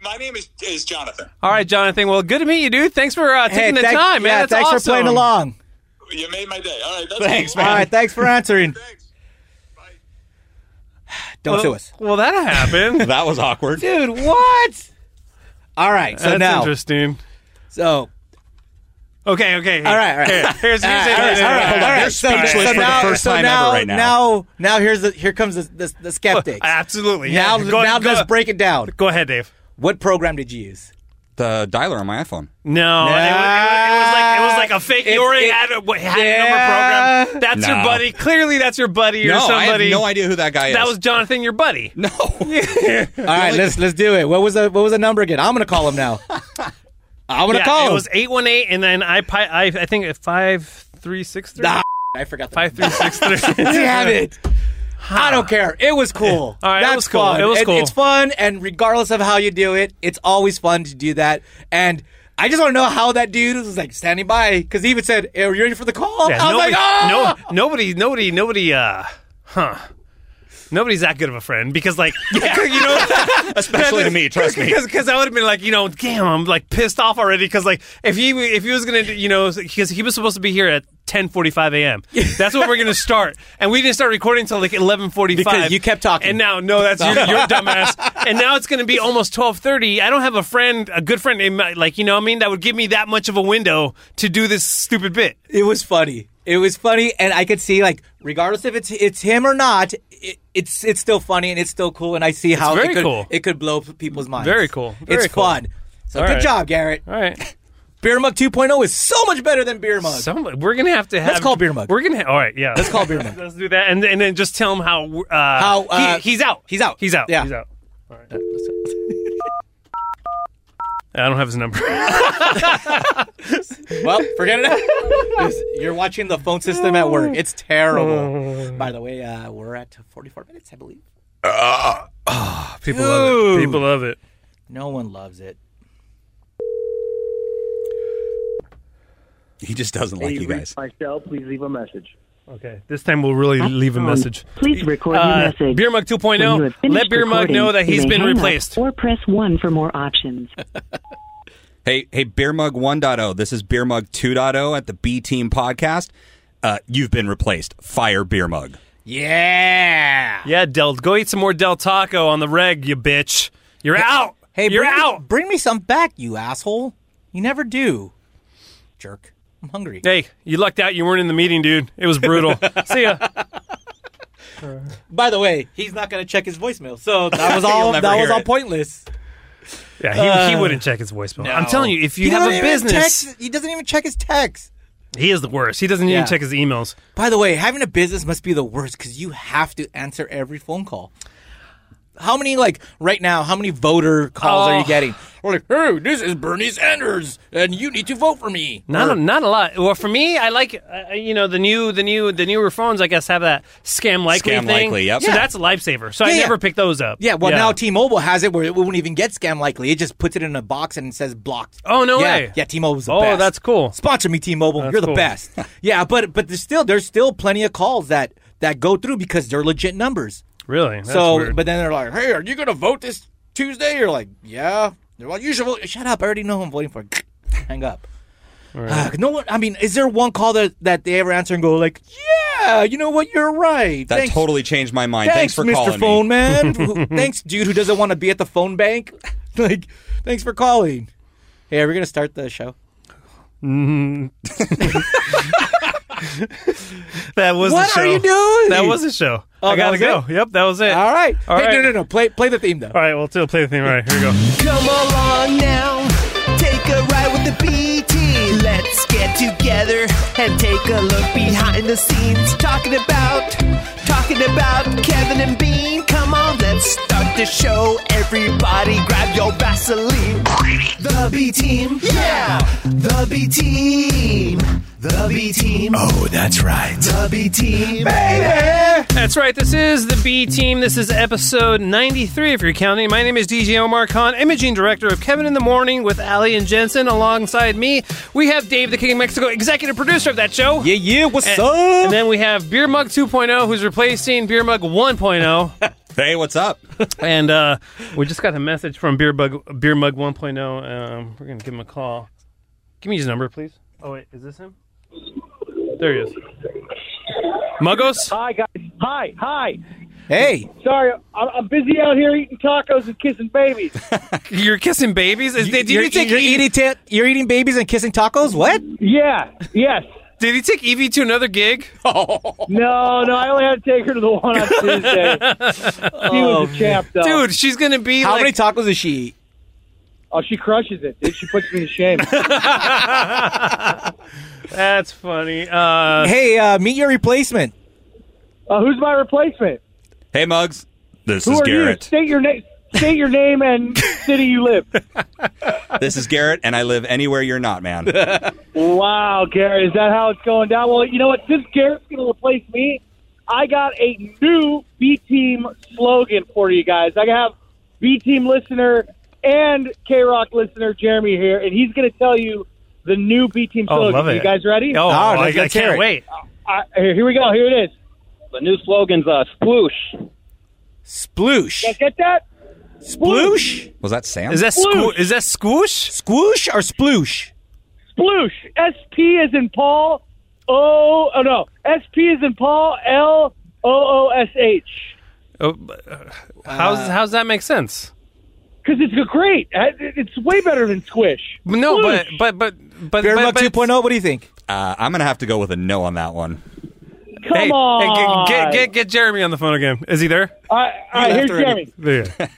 Speaker 6: My name is, is Jonathan.
Speaker 5: All right, Jonathan. Well, good to meet you, dude. Thanks for uh, taking the
Speaker 1: thank-
Speaker 5: time, man.
Speaker 1: yeah,
Speaker 5: That's
Speaker 1: thanks
Speaker 5: awesome.
Speaker 1: for playing along.
Speaker 6: You made my day. All right. That's
Speaker 7: Thanks,
Speaker 6: cool.
Speaker 1: All
Speaker 7: man.
Speaker 1: right, thanks for answering.
Speaker 6: Thanks. Bye.
Speaker 1: Don't sue us,
Speaker 5: Well, that happened.
Speaker 7: that was awkward.
Speaker 1: dude. What? All right, so
Speaker 5: That's
Speaker 1: now,
Speaker 5: interesting.
Speaker 1: so
Speaker 5: Okay, okay.
Speaker 1: All right, all right.
Speaker 5: Here, here's here's
Speaker 1: All right, all right, all right, all right. So,
Speaker 7: speechless
Speaker 1: so
Speaker 7: for the
Speaker 1: now,
Speaker 7: first
Speaker 1: so
Speaker 7: time
Speaker 1: now,
Speaker 7: ever right now.
Speaker 1: now, now here's the here comes the the, the skeptics.
Speaker 5: Absolutely.
Speaker 1: now,
Speaker 5: uh, Yeah. Go-
Speaker 1: now,
Speaker 5: go-
Speaker 1: let's break it down.
Speaker 5: Go ahead, Dave.
Speaker 1: What program did you use?
Speaker 4: The dialer on my iPhone.
Speaker 5: No, it, was, it, was like, it was like a fake.
Speaker 1: It's-
Speaker 5: you already
Speaker 1: it-
Speaker 5: had a, what- had
Speaker 1: Yeah.
Speaker 5: a number program. That's your
Speaker 4: No.
Speaker 5: buddy. Clearly, that's your buddy or
Speaker 4: No, I have
Speaker 5: somebody.
Speaker 4: no idea who that guy is.
Speaker 5: That was Jonathan, your buddy.
Speaker 4: no.
Speaker 1: All right, let's let's do it. What was the what was the number again? I'm gonna call him now. I'm gonna
Speaker 5: yeah,
Speaker 1: call him.
Speaker 5: it was eight one eight, and then I pi- I I think it five three six three.
Speaker 1: Ah, I forgot. The
Speaker 5: Five three six three.
Speaker 1: Damn it. I don't care. It was cool.
Speaker 5: All right, it
Speaker 1: That's
Speaker 5: was cool.
Speaker 1: fun.
Speaker 5: It was cool.
Speaker 1: It's fun, and regardless of how you do it, it's always fun to do that. And I just want to know how that dude was like standing by because he even said, "Are you ready for the call?"
Speaker 5: Yeah,
Speaker 1: I was
Speaker 5: nobody,
Speaker 1: like, "Oh,
Speaker 5: no, nobody, nobody, nobody, uh, huh. Nobody's that good of a friend because, like, you know,
Speaker 7: Especially to me, trust me.
Speaker 5: Because I would have been like, you know, damn, I'm like pissed off already. Because like, if he if he was gonna, do- you know, because he was supposed to be here at 10:45 a.m. That's when we're gonna start, and we didn't start recording until like 11:45.
Speaker 1: Because you kept talking.
Speaker 5: and now no, that's your, your dumbass. And now it's gonna be almost 12:30. I don't have a friend, a good friend, in my, like you know, what I mean, that would give me that much of a window to do this stupid bit.
Speaker 1: it was funny. It was funny, and I could see like, regardless if it's it's him or not, it, it's it's still funny and it's still cool. And I see how
Speaker 5: very
Speaker 1: it could
Speaker 5: cool.
Speaker 1: it could blow people's minds.
Speaker 5: Very cool. Very
Speaker 1: it's
Speaker 5: cool.
Speaker 1: fun. So
Speaker 5: All
Speaker 1: good
Speaker 5: right.
Speaker 1: job, Garrett.
Speaker 5: All right.
Speaker 1: Beer mug 2.0 is so much better than beer mug.
Speaker 5: Some, we're gonna have to have.
Speaker 1: call Beer Mug.
Speaker 5: We're gonna. all right. Yeah.
Speaker 1: Let's call beer mug.
Speaker 5: Let's do that, and and then just tell him how. Uh,
Speaker 1: How, uh,
Speaker 5: he, he's out.
Speaker 1: he's out.
Speaker 5: He's out.
Speaker 1: Yeah.
Speaker 5: He's out. All right. I don't have his number.
Speaker 1: Well, forget it. This- You're watching the phone system at work. It's terrible. By the way, uh, we're at 44 minutes, I believe.
Speaker 5: People love it. People love it.
Speaker 1: No one loves it.
Speaker 4: He just doesn't like you guys.
Speaker 8: my cell, please leave a message.
Speaker 5: Okay. This time we'll really leave a message.
Speaker 3: Please record your
Speaker 5: Uh,
Speaker 3: message.
Speaker 5: Beer Mug
Speaker 3: When you have
Speaker 5: 2.0.
Speaker 3: finished
Speaker 5: Let Beer Mug
Speaker 3: recording,
Speaker 5: know that
Speaker 3: you
Speaker 5: he's
Speaker 3: may
Speaker 5: been
Speaker 3: hang up
Speaker 5: replaced.
Speaker 3: Or press 1 for more options.
Speaker 4: Hey, hey, Beer Mug 1.0. oh. This is Beer Mug 2.0 at the B Team podcast. Uh, you've been replaced. Fire Beer Mug.
Speaker 1: Yeah.
Speaker 5: Yeah, Del. Go eat some more Del Taco on the reg, you bitch. You're out.
Speaker 1: Hey,
Speaker 5: you're
Speaker 1: bring,
Speaker 5: out.
Speaker 1: Bring me some back, you asshole. You never do. Jerk. I'm hungry.
Speaker 5: Hey, you lucked out. You weren't in the meeting, dude. It was brutal. See ya.
Speaker 1: Uh, By the way, he's not going to check his voicemail. So that was all
Speaker 4: You'll never
Speaker 1: that was
Speaker 4: hear
Speaker 1: all
Speaker 4: it.
Speaker 1: pointless.
Speaker 5: Yeah, he, he wouldn't check his voicemail. I'm telling you, if you
Speaker 1: He
Speaker 5: have
Speaker 1: doesn't
Speaker 5: a
Speaker 1: even
Speaker 5: business,
Speaker 1: text- he doesn't even check his text.
Speaker 5: he is the worst. He doesn't
Speaker 1: Yeah.
Speaker 5: even check his emails.
Speaker 1: By the way, having a business must be the worst because you have to answer every phone call. How many like right now? How many voter calls are you
Speaker 5: Oh.
Speaker 1: getting? We're like, hey, this is Bernie Sanders, and you need to vote for me.
Speaker 5: Not a, not a lot. Well, for me, I like uh, you know the new the new the newer phones. I guess have that scam likely
Speaker 4: Scam
Speaker 5: thing.
Speaker 4: likely, yep.
Speaker 5: So
Speaker 4: Yeah.
Speaker 5: that's a lifesaver. So I
Speaker 1: Yeah, yeah.
Speaker 5: never pick those up.
Speaker 1: Yeah, well now T-Mobile has it where it won't even get scam likely. It just puts it in a box and it says blocked.
Speaker 5: Oh, no
Speaker 1: yeah,
Speaker 5: way.
Speaker 1: Yeah, T-Mobile's the
Speaker 5: oh,
Speaker 1: best.
Speaker 5: that's cool.
Speaker 1: Sponsor me, T-Mobile. You're the
Speaker 5: cool.
Speaker 1: best. yeah, but but there's still there's still plenty of calls that that go through because they're legit numbers.
Speaker 5: Really? That's
Speaker 1: so,
Speaker 5: weird.
Speaker 1: but then they're like, "Hey, are you gonna vote this Tuesday?" You're like, "Yeah." They're like, "You should vote." Shut up! I already know who I'm voting for. Hang up. Ah, no one. I mean, is there one call that that they ever answer and go like, "Yeah, you know what? You're right."
Speaker 4: That
Speaker 1: Thanks,
Speaker 4: totally changed my mind.
Speaker 1: thanks,
Speaker 4: Thanks, for
Speaker 1: Mr.
Speaker 4: calling
Speaker 1: Phone
Speaker 4: me.
Speaker 1: Man. Who- thanks, dude, who doesn't want to be at the phone bank. like, thanks for calling. Hey, are we gonna start the show?
Speaker 5: that was
Speaker 1: what
Speaker 5: the show.
Speaker 1: are you doing?
Speaker 5: That was a show.
Speaker 1: Oh, that
Speaker 5: I gotta
Speaker 1: was
Speaker 5: go.
Speaker 1: it?
Speaker 5: Yep, that was it.
Speaker 1: All right.
Speaker 5: All
Speaker 1: hey, no,
Speaker 5: right.
Speaker 1: no, no. Play play the theme though.
Speaker 5: All right. Well, still play the theme. All right, here we go.
Speaker 9: Come along now, take a ride with the BT. Let's get together and take a look behind the scenes. Talking about, talking about Kevin and Bean. Come on, let's start the show. Everybody grab your Vaseline. The B team. Yeah. The B team. The B team. Oh, that's right. The B team.
Speaker 5: That's right. This is the B Team. This is episode 93, if you're counting. My name is DJ Omar Khan, imaging director of Kevin in the Morning with Ali and Jensen. Alongside me, we have Dave, the King of Mexico, executive producer of that show.
Speaker 1: Yeah, yeah, what's
Speaker 5: And,
Speaker 1: up?
Speaker 5: and then we have Beer Mug 2.0, who's replacing Beer Mug 1.0.
Speaker 4: Hey, what's up?
Speaker 5: and uh, we just got a message from Beer Mug, Beer Mug 1.0. Um, we're going to give him a call. Give me his number, please.
Speaker 2: Oh wait, is this him?
Speaker 5: There he is. Muggos?
Speaker 8: Hi guys. Hi. Hi.
Speaker 1: hey,
Speaker 8: Sorry, I'm, I'm busy out here eating tacos and kissing babies.
Speaker 5: You're kissing babies? Is, did,
Speaker 1: you're,
Speaker 5: you take
Speaker 1: you're
Speaker 5: E-
Speaker 1: eating ta- you're eating babies and kissing tacos? What?
Speaker 8: yeah. Yes.
Speaker 5: did he take Evie to another gig?
Speaker 8: No. No. I only had to take her to the one on Tuesday. She
Speaker 4: Oh,
Speaker 8: was a chap, though.
Speaker 5: Dude, she's gonna be
Speaker 1: How
Speaker 5: like
Speaker 1: many tacos does she eat?
Speaker 8: Oh, she crushes it. dude. She puts me to shame.
Speaker 5: that's funny. Uh,
Speaker 1: Hey, uh, meet your replacement.
Speaker 8: Uh, who's my replacement?
Speaker 4: Hey, Muggs. This
Speaker 8: Who
Speaker 4: is
Speaker 8: are you?
Speaker 4: Garrett.
Speaker 8: State your name. State your name and city you live.
Speaker 4: This is Garrett, and I live anywhere you're not, man.
Speaker 8: Wow, Gary, is that how it's going down? Well, you know what? Since Garrett's going to replace me, I got a new B Team slogan for you guys. I have B Team listener and K Rock listener Jeremy here, and he's going to tell you the new B Team slogan.
Speaker 5: Oh, love it.
Speaker 8: You guys ready?
Speaker 5: oh,
Speaker 1: Ah,
Speaker 5: I,
Speaker 1: let's-
Speaker 5: I
Speaker 1: let's hear
Speaker 5: can't
Speaker 1: it.
Speaker 5: wait.
Speaker 8: I, here, here we go. Here it is. The new slogan's uh, sploosh.
Speaker 1: Sploosh.
Speaker 8: You guys get that?
Speaker 1: Sploosh?
Speaker 4: Was that Sam?
Speaker 5: Is that squoo- is that squoosh?
Speaker 1: Squoosh or sploosh?
Speaker 8: Sploosh. S P is in Paul. O oh no. S P is in Paul. L O O S H.
Speaker 5: Oh, but, uh, how's how's that make sense?
Speaker 8: Because it's great. I- It's way better than Squish.
Speaker 5: No, but but but but,
Speaker 1: Bear
Speaker 5: but,
Speaker 1: Mug
Speaker 5: but
Speaker 1: 2.0, oh, what do you think?
Speaker 4: Uh, I'm going to have to go with a no on that one.
Speaker 8: Come
Speaker 5: Hey,
Speaker 8: on.
Speaker 5: hey, get, get get get Jeremy on the phone again. Is he there?
Speaker 8: all right, all right, here's Jeremy.
Speaker 5: There.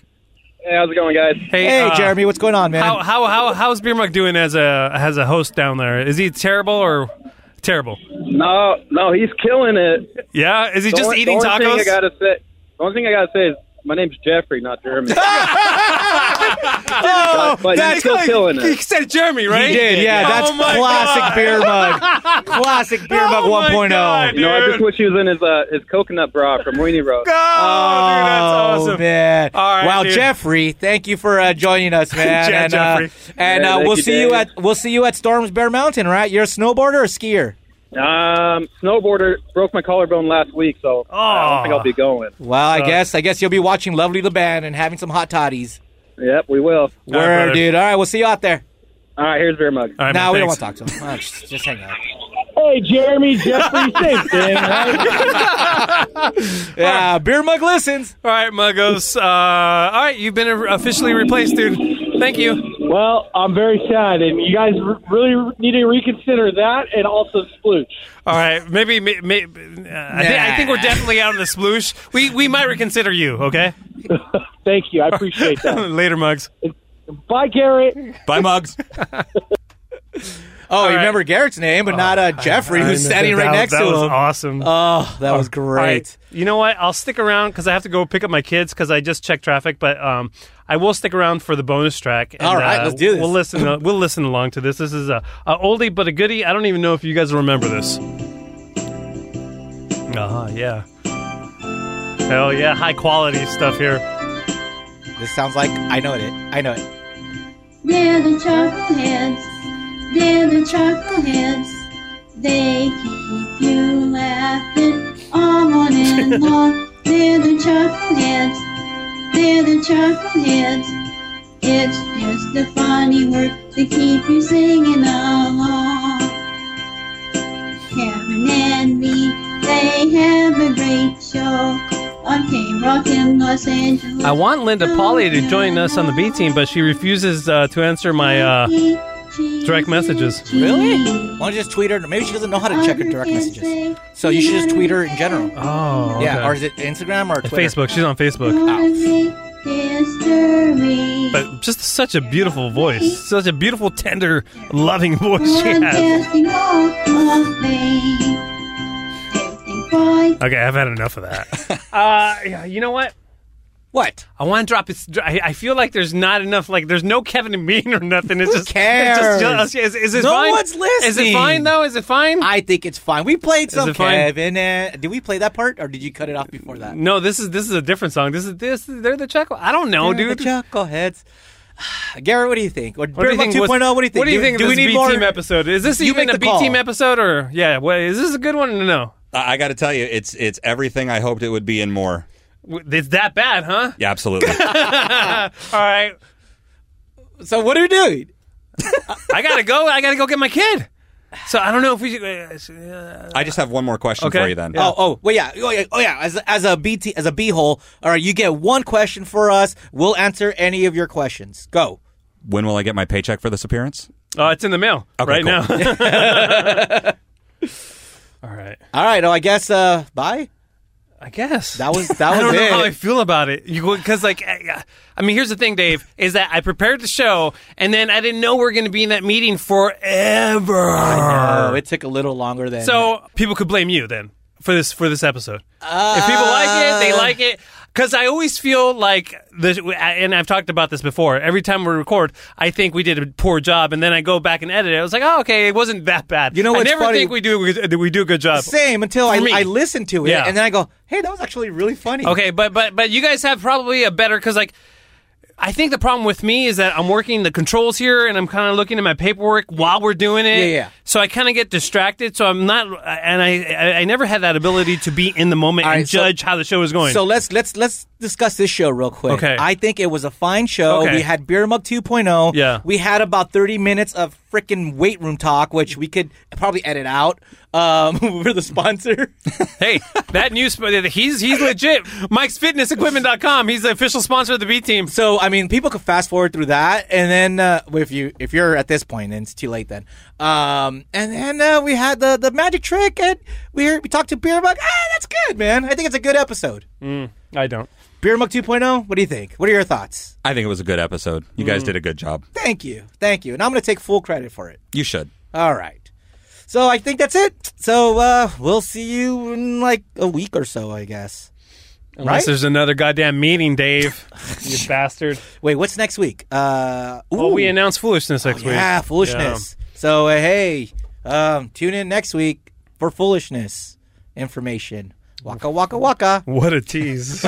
Speaker 8: Hey, how's it going, guys?
Speaker 5: Hey,
Speaker 1: Hey,
Speaker 5: uh,
Speaker 1: Jeremy, what's going on, man?
Speaker 5: How how how how's Beer Mug doing as a as a host down there? Is he terrible or terrible?
Speaker 8: No, no, he's killing it.
Speaker 5: Yeah, is he just
Speaker 8: only-
Speaker 5: eating
Speaker 8: the only
Speaker 5: tacos?
Speaker 8: Thing I gotta say, the only thing I gotta say is my name's Jeffrey, not Jeremy.
Speaker 1: oh,
Speaker 8: but he's still killing
Speaker 5: he
Speaker 8: it.
Speaker 5: said Jeremy, right?
Speaker 1: He did, yeah. That's
Speaker 5: Oh my
Speaker 1: classic
Speaker 5: God.
Speaker 1: beer mug. Classic beer mug
Speaker 5: Oh my
Speaker 1: 1.0.
Speaker 5: God,
Speaker 8: You know, I
Speaker 5: dude.
Speaker 8: just wish he was in his uh, his coconut bra from Weenie Road.
Speaker 5: Oh, dude, that's
Speaker 1: Oh,
Speaker 5: awesome.
Speaker 1: man.
Speaker 5: All right,
Speaker 1: wow,
Speaker 5: dude.
Speaker 1: Jeffrey, thank you for uh, joining us, man.
Speaker 5: Yeah,
Speaker 1: and uh,
Speaker 5: Jeffrey.
Speaker 1: and
Speaker 8: Yeah,
Speaker 1: uh,
Speaker 8: thank
Speaker 1: we'll
Speaker 8: you,
Speaker 1: see you
Speaker 8: Dave.
Speaker 1: at we'll see you at Storms Bear Mountain, right? You're a snowboarder or a skier?
Speaker 8: Um, snowboarder broke my collarbone last week, so I
Speaker 5: Aw.
Speaker 8: don't think I'll be going.
Speaker 1: Well, I guess I guess you'll be watching Lovely the band and having some hot toddies.
Speaker 8: Yep, we will.
Speaker 5: right,
Speaker 1: Where,
Speaker 5: brother.
Speaker 1: dude? All right, we'll see you out there.
Speaker 8: All right, here's Beer Mug.
Speaker 5: All right,
Speaker 1: No,
Speaker 5: man,
Speaker 1: we don't
Speaker 5: thanks.
Speaker 1: want to talk to him. Oh, just, just hang out.
Speaker 8: Hey, Jeremy, Jeffrey, same thing, right?
Speaker 1: Yeah, beer mug listens.
Speaker 5: All right, Muggos. Uh, all right, you've been officially replaced, dude. Thank you.
Speaker 8: Well, I'm very sad, and you guys r- really need to reconsider that and also Splooch.
Speaker 5: All right, maybe. may may- uh, I, think, I think we're definitely out of the sploosh. We we might reconsider you. Okay,
Speaker 8: Thank you. I appreciate that.
Speaker 5: later, Mugs.
Speaker 8: Bye, Garrett.
Speaker 4: Bye, Muggs.
Speaker 1: Oh, you
Speaker 5: right. Oh,
Speaker 1: remember Garrett's name, but not uh, Jeffrey, who's standing right
Speaker 5: That-
Speaker 1: next
Speaker 5: that
Speaker 1: to him.
Speaker 5: was awesome.
Speaker 1: Oh, that was
Speaker 5: All
Speaker 1: great.
Speaker 5: You know what? I'll stick around because I have to go pick up my kids because I just checked traffic. But um, I will stick around for the bonus track. and,
Speaker 1: All right,
Speaker 5: uh,
Speaker 1: let's do this.
Speaker 5: We'll listen. uh, we'll listen along to this. This is a, a oldie but a goodie. I don't even know if you guys remember this. Ah, yeah. Hell yeah, high quality stuff here.
Speaker 1: This sounds like I know it. I know it.
Speaker 10: They're the chuckleheads. They're the chuckleheads. They keep you laughing all morning long. They're the chuckleheads. They're the chuckleheads. It's just a funny word to keep you singing along. Karen and me, they have a great show on K Rock in Los Angeles.
Speaker 5: I want Linda Polly to join us on the B team, but she refuses uh, to answer my. Uh, direct messages.
Speaker 1: Really? Why don't you just tweet her? Maybe she doesn't know how to check her direct messages. So you should just tweet her in general.
Speaker 5: oh,
Speaker 1: Yeah, or
Speaker 5: okay.
Speaker 1: is it Instagram or Twitter?
Speaker 5: Facebook. She's on Facebook.
Speaker 10: History.
Speaker 5: Ah. but just such a beautiful voice, such a beautiful, tender, loving voice she has.
Speaker 10: Broadcasting all of fame. Testing for
Speaker 5: Okay, I've had enough of that. uh, yeah, you know what?
Speaker 1: What?
Speaker 5: I want to drop. His, I, I feel like there's not enough. Like there's no Kevin and Bean or nothing. It's
Speaker 1: Who
Speaker 5: just it's just-
Speaker 1: cares?
Speaker 5: is, is it
Speaker 1: no
Speaker 5: fine?
Speaker 1: one's listening.
Speaker 5: Is it fine though? Is it fine?
Speaker 1: I think it's fine. We played some
Speaker 5: it fine?
Speaker 1: Kevin. uh, did we play that part, or did you cut it off before that?
Speaker 5: No, this is this is a different song. This is this. They're the chuckle. I don't know,
Speaker 1: They're
Speaker 5: dude.
Speaker 1: the chuckleheads. Garrett, what do you think? What, what do you think? 2.0. oh, What do you think?
Speaker 5: What do you think?
Speaker 1: Do
Speaker 5: of
Speaker 1: we
Speaker 5: this
Speaker 1: need
Speaker 5: B
Speaker 1: more?
Speaker 5: team episode? Is this
Speaker 1: You
Speaker 5: even
Speaker 1: make
Speaker 5: a
Speaker 1: the
Speaker 5: B
Speaker 1: call.
Speaker 5: team episode or yeah? What is this a good one? or No,
Speaker 4: I, I got to tell you, it's it's everything I hoped it would be and more.
Speaker 5: W- it's that bad, huh?
Speaker 4: Yeah, absolutely.
Speaker 5: All right,
Speaker 1: So what are we doing?
Speaker 5: I gotta go. I gotta go get my kid. So I don't know if we. Should, uh, should, uh,
Speaker 4: I just have one more question
Speaker 5: Okay.
Speaker 4: for you then.
Speaker 1: Oh, oh, well, yeah, oh, yeah, oh, yeah. As as a BT, as a B hole. All right, you get one question for us. We'll answer any of your questions. Go.
Speaker 4: When will I get my paycheck for this appearance?
Speaker 5: oh, it's in the mail
Speaker 4: Okay,
Speaker 5: right
Speaker 4: cool.
Speaker 5: now. All right,
Speaker 1: All right. Oh, I guess. Uh, bye.
Speaker 5: I guess
Speaker 1: That was that was
Speaker 5: I don't
Speaker 1: it.
Speaker 5: know how I feel about it. You because like I, I mean, here's the thing, Dave, is that I prepared the show and then I didn't know we are going to be in that meeting forever.
Speaker 1: Oh, it took a little longer than
Speaker 5: So people could blame you then for this for this episode. if people like it,
Speaker 1: Uh.
Speaker 5: they like it. Because I always feel like this, and I've talked about this before. Every time we record, I think we did a poor job, and then I go back and edit it. I was like, "Oh, okay, it wasn't that bad."
Speaker 1: You know
Speaker 5: I
Speaker 1: what's
Speaker 5: never
Speaker 1: funny?
Speaker 5: think we do we do a good job.
Speaker 1: same until I,
Speaker 5: For me.
Speaker 1: I listen to it
Speaker 5: Yeah.
Speaker 1: and then I go, hey, that was actually really funny.
Speaker 5: Okay, but but but you guys have probably a better because like. I think the problem with me is that I'm working the controls here and I'm kind of looking at my paperwork while we're doing it.
Speaker 1: Yeah, yeah.
Speaker 5: So I kind of get distracted. So I'm not, and I, I, I never had that ability to be in the moment
Speaker 1: All
Speaker 5: and
Speaker 1: right, so-
Speaker 5: judge how the show is going.
Speaker 1: So let's let's let's discuss this show real quick.
Speaker 5: Okay.
Speaker 1: I think it was a fine show.
Speaker 5: Okay.
Speaker 1: We had Beer Mug 2.0.
Speaker 5: Yeah.
Speaker 1: oh. We had about 30 minutes of freaking weight room talk, which we could probably edit out. Um, we're the sponsor.
Speaker 5: hey, that news, he's he's legit. Mike's Fitness Equipment.com. He's the official sponsor of the B Team.
Speaker 1: so I mean, people could fast forward through that, and then uh, if you if you're at this point, then it's too late then. Um, and then uh, we had the the magic trick, and we heard, we talked to Beer Mug. Ah, that's good, man. I think it's a good episode.
Speaker 5: I don't.
Speaker 1: Beer Mug 2.0. What do you think? What are your thoughts?
Speaker 4: I think it was a good episode. You guys did a good job.
Speaker 1: Thank you, thank you, and I'm gonna take full credit for it.
Speaker 4: You should.
Speaker 1: All right. So I think that's it. So uh, we'll see you in like a week or so, I guess.
Speaker 5: Unless
Speaker 1: Right?
Speaker 5: there's another goddamn meeting, Dave.
Speaker 2: you bastard.
Speaker 1: Wait, what's next week? Uh, ooh, Oh,
Speaker 5: well, we announced foolishness next week.
Speaker 1: yeah, Ah, foolishness. So uh, hey, um, tune in next week for foolishness information. Waka waka waka.
Speaker 5: What a tease.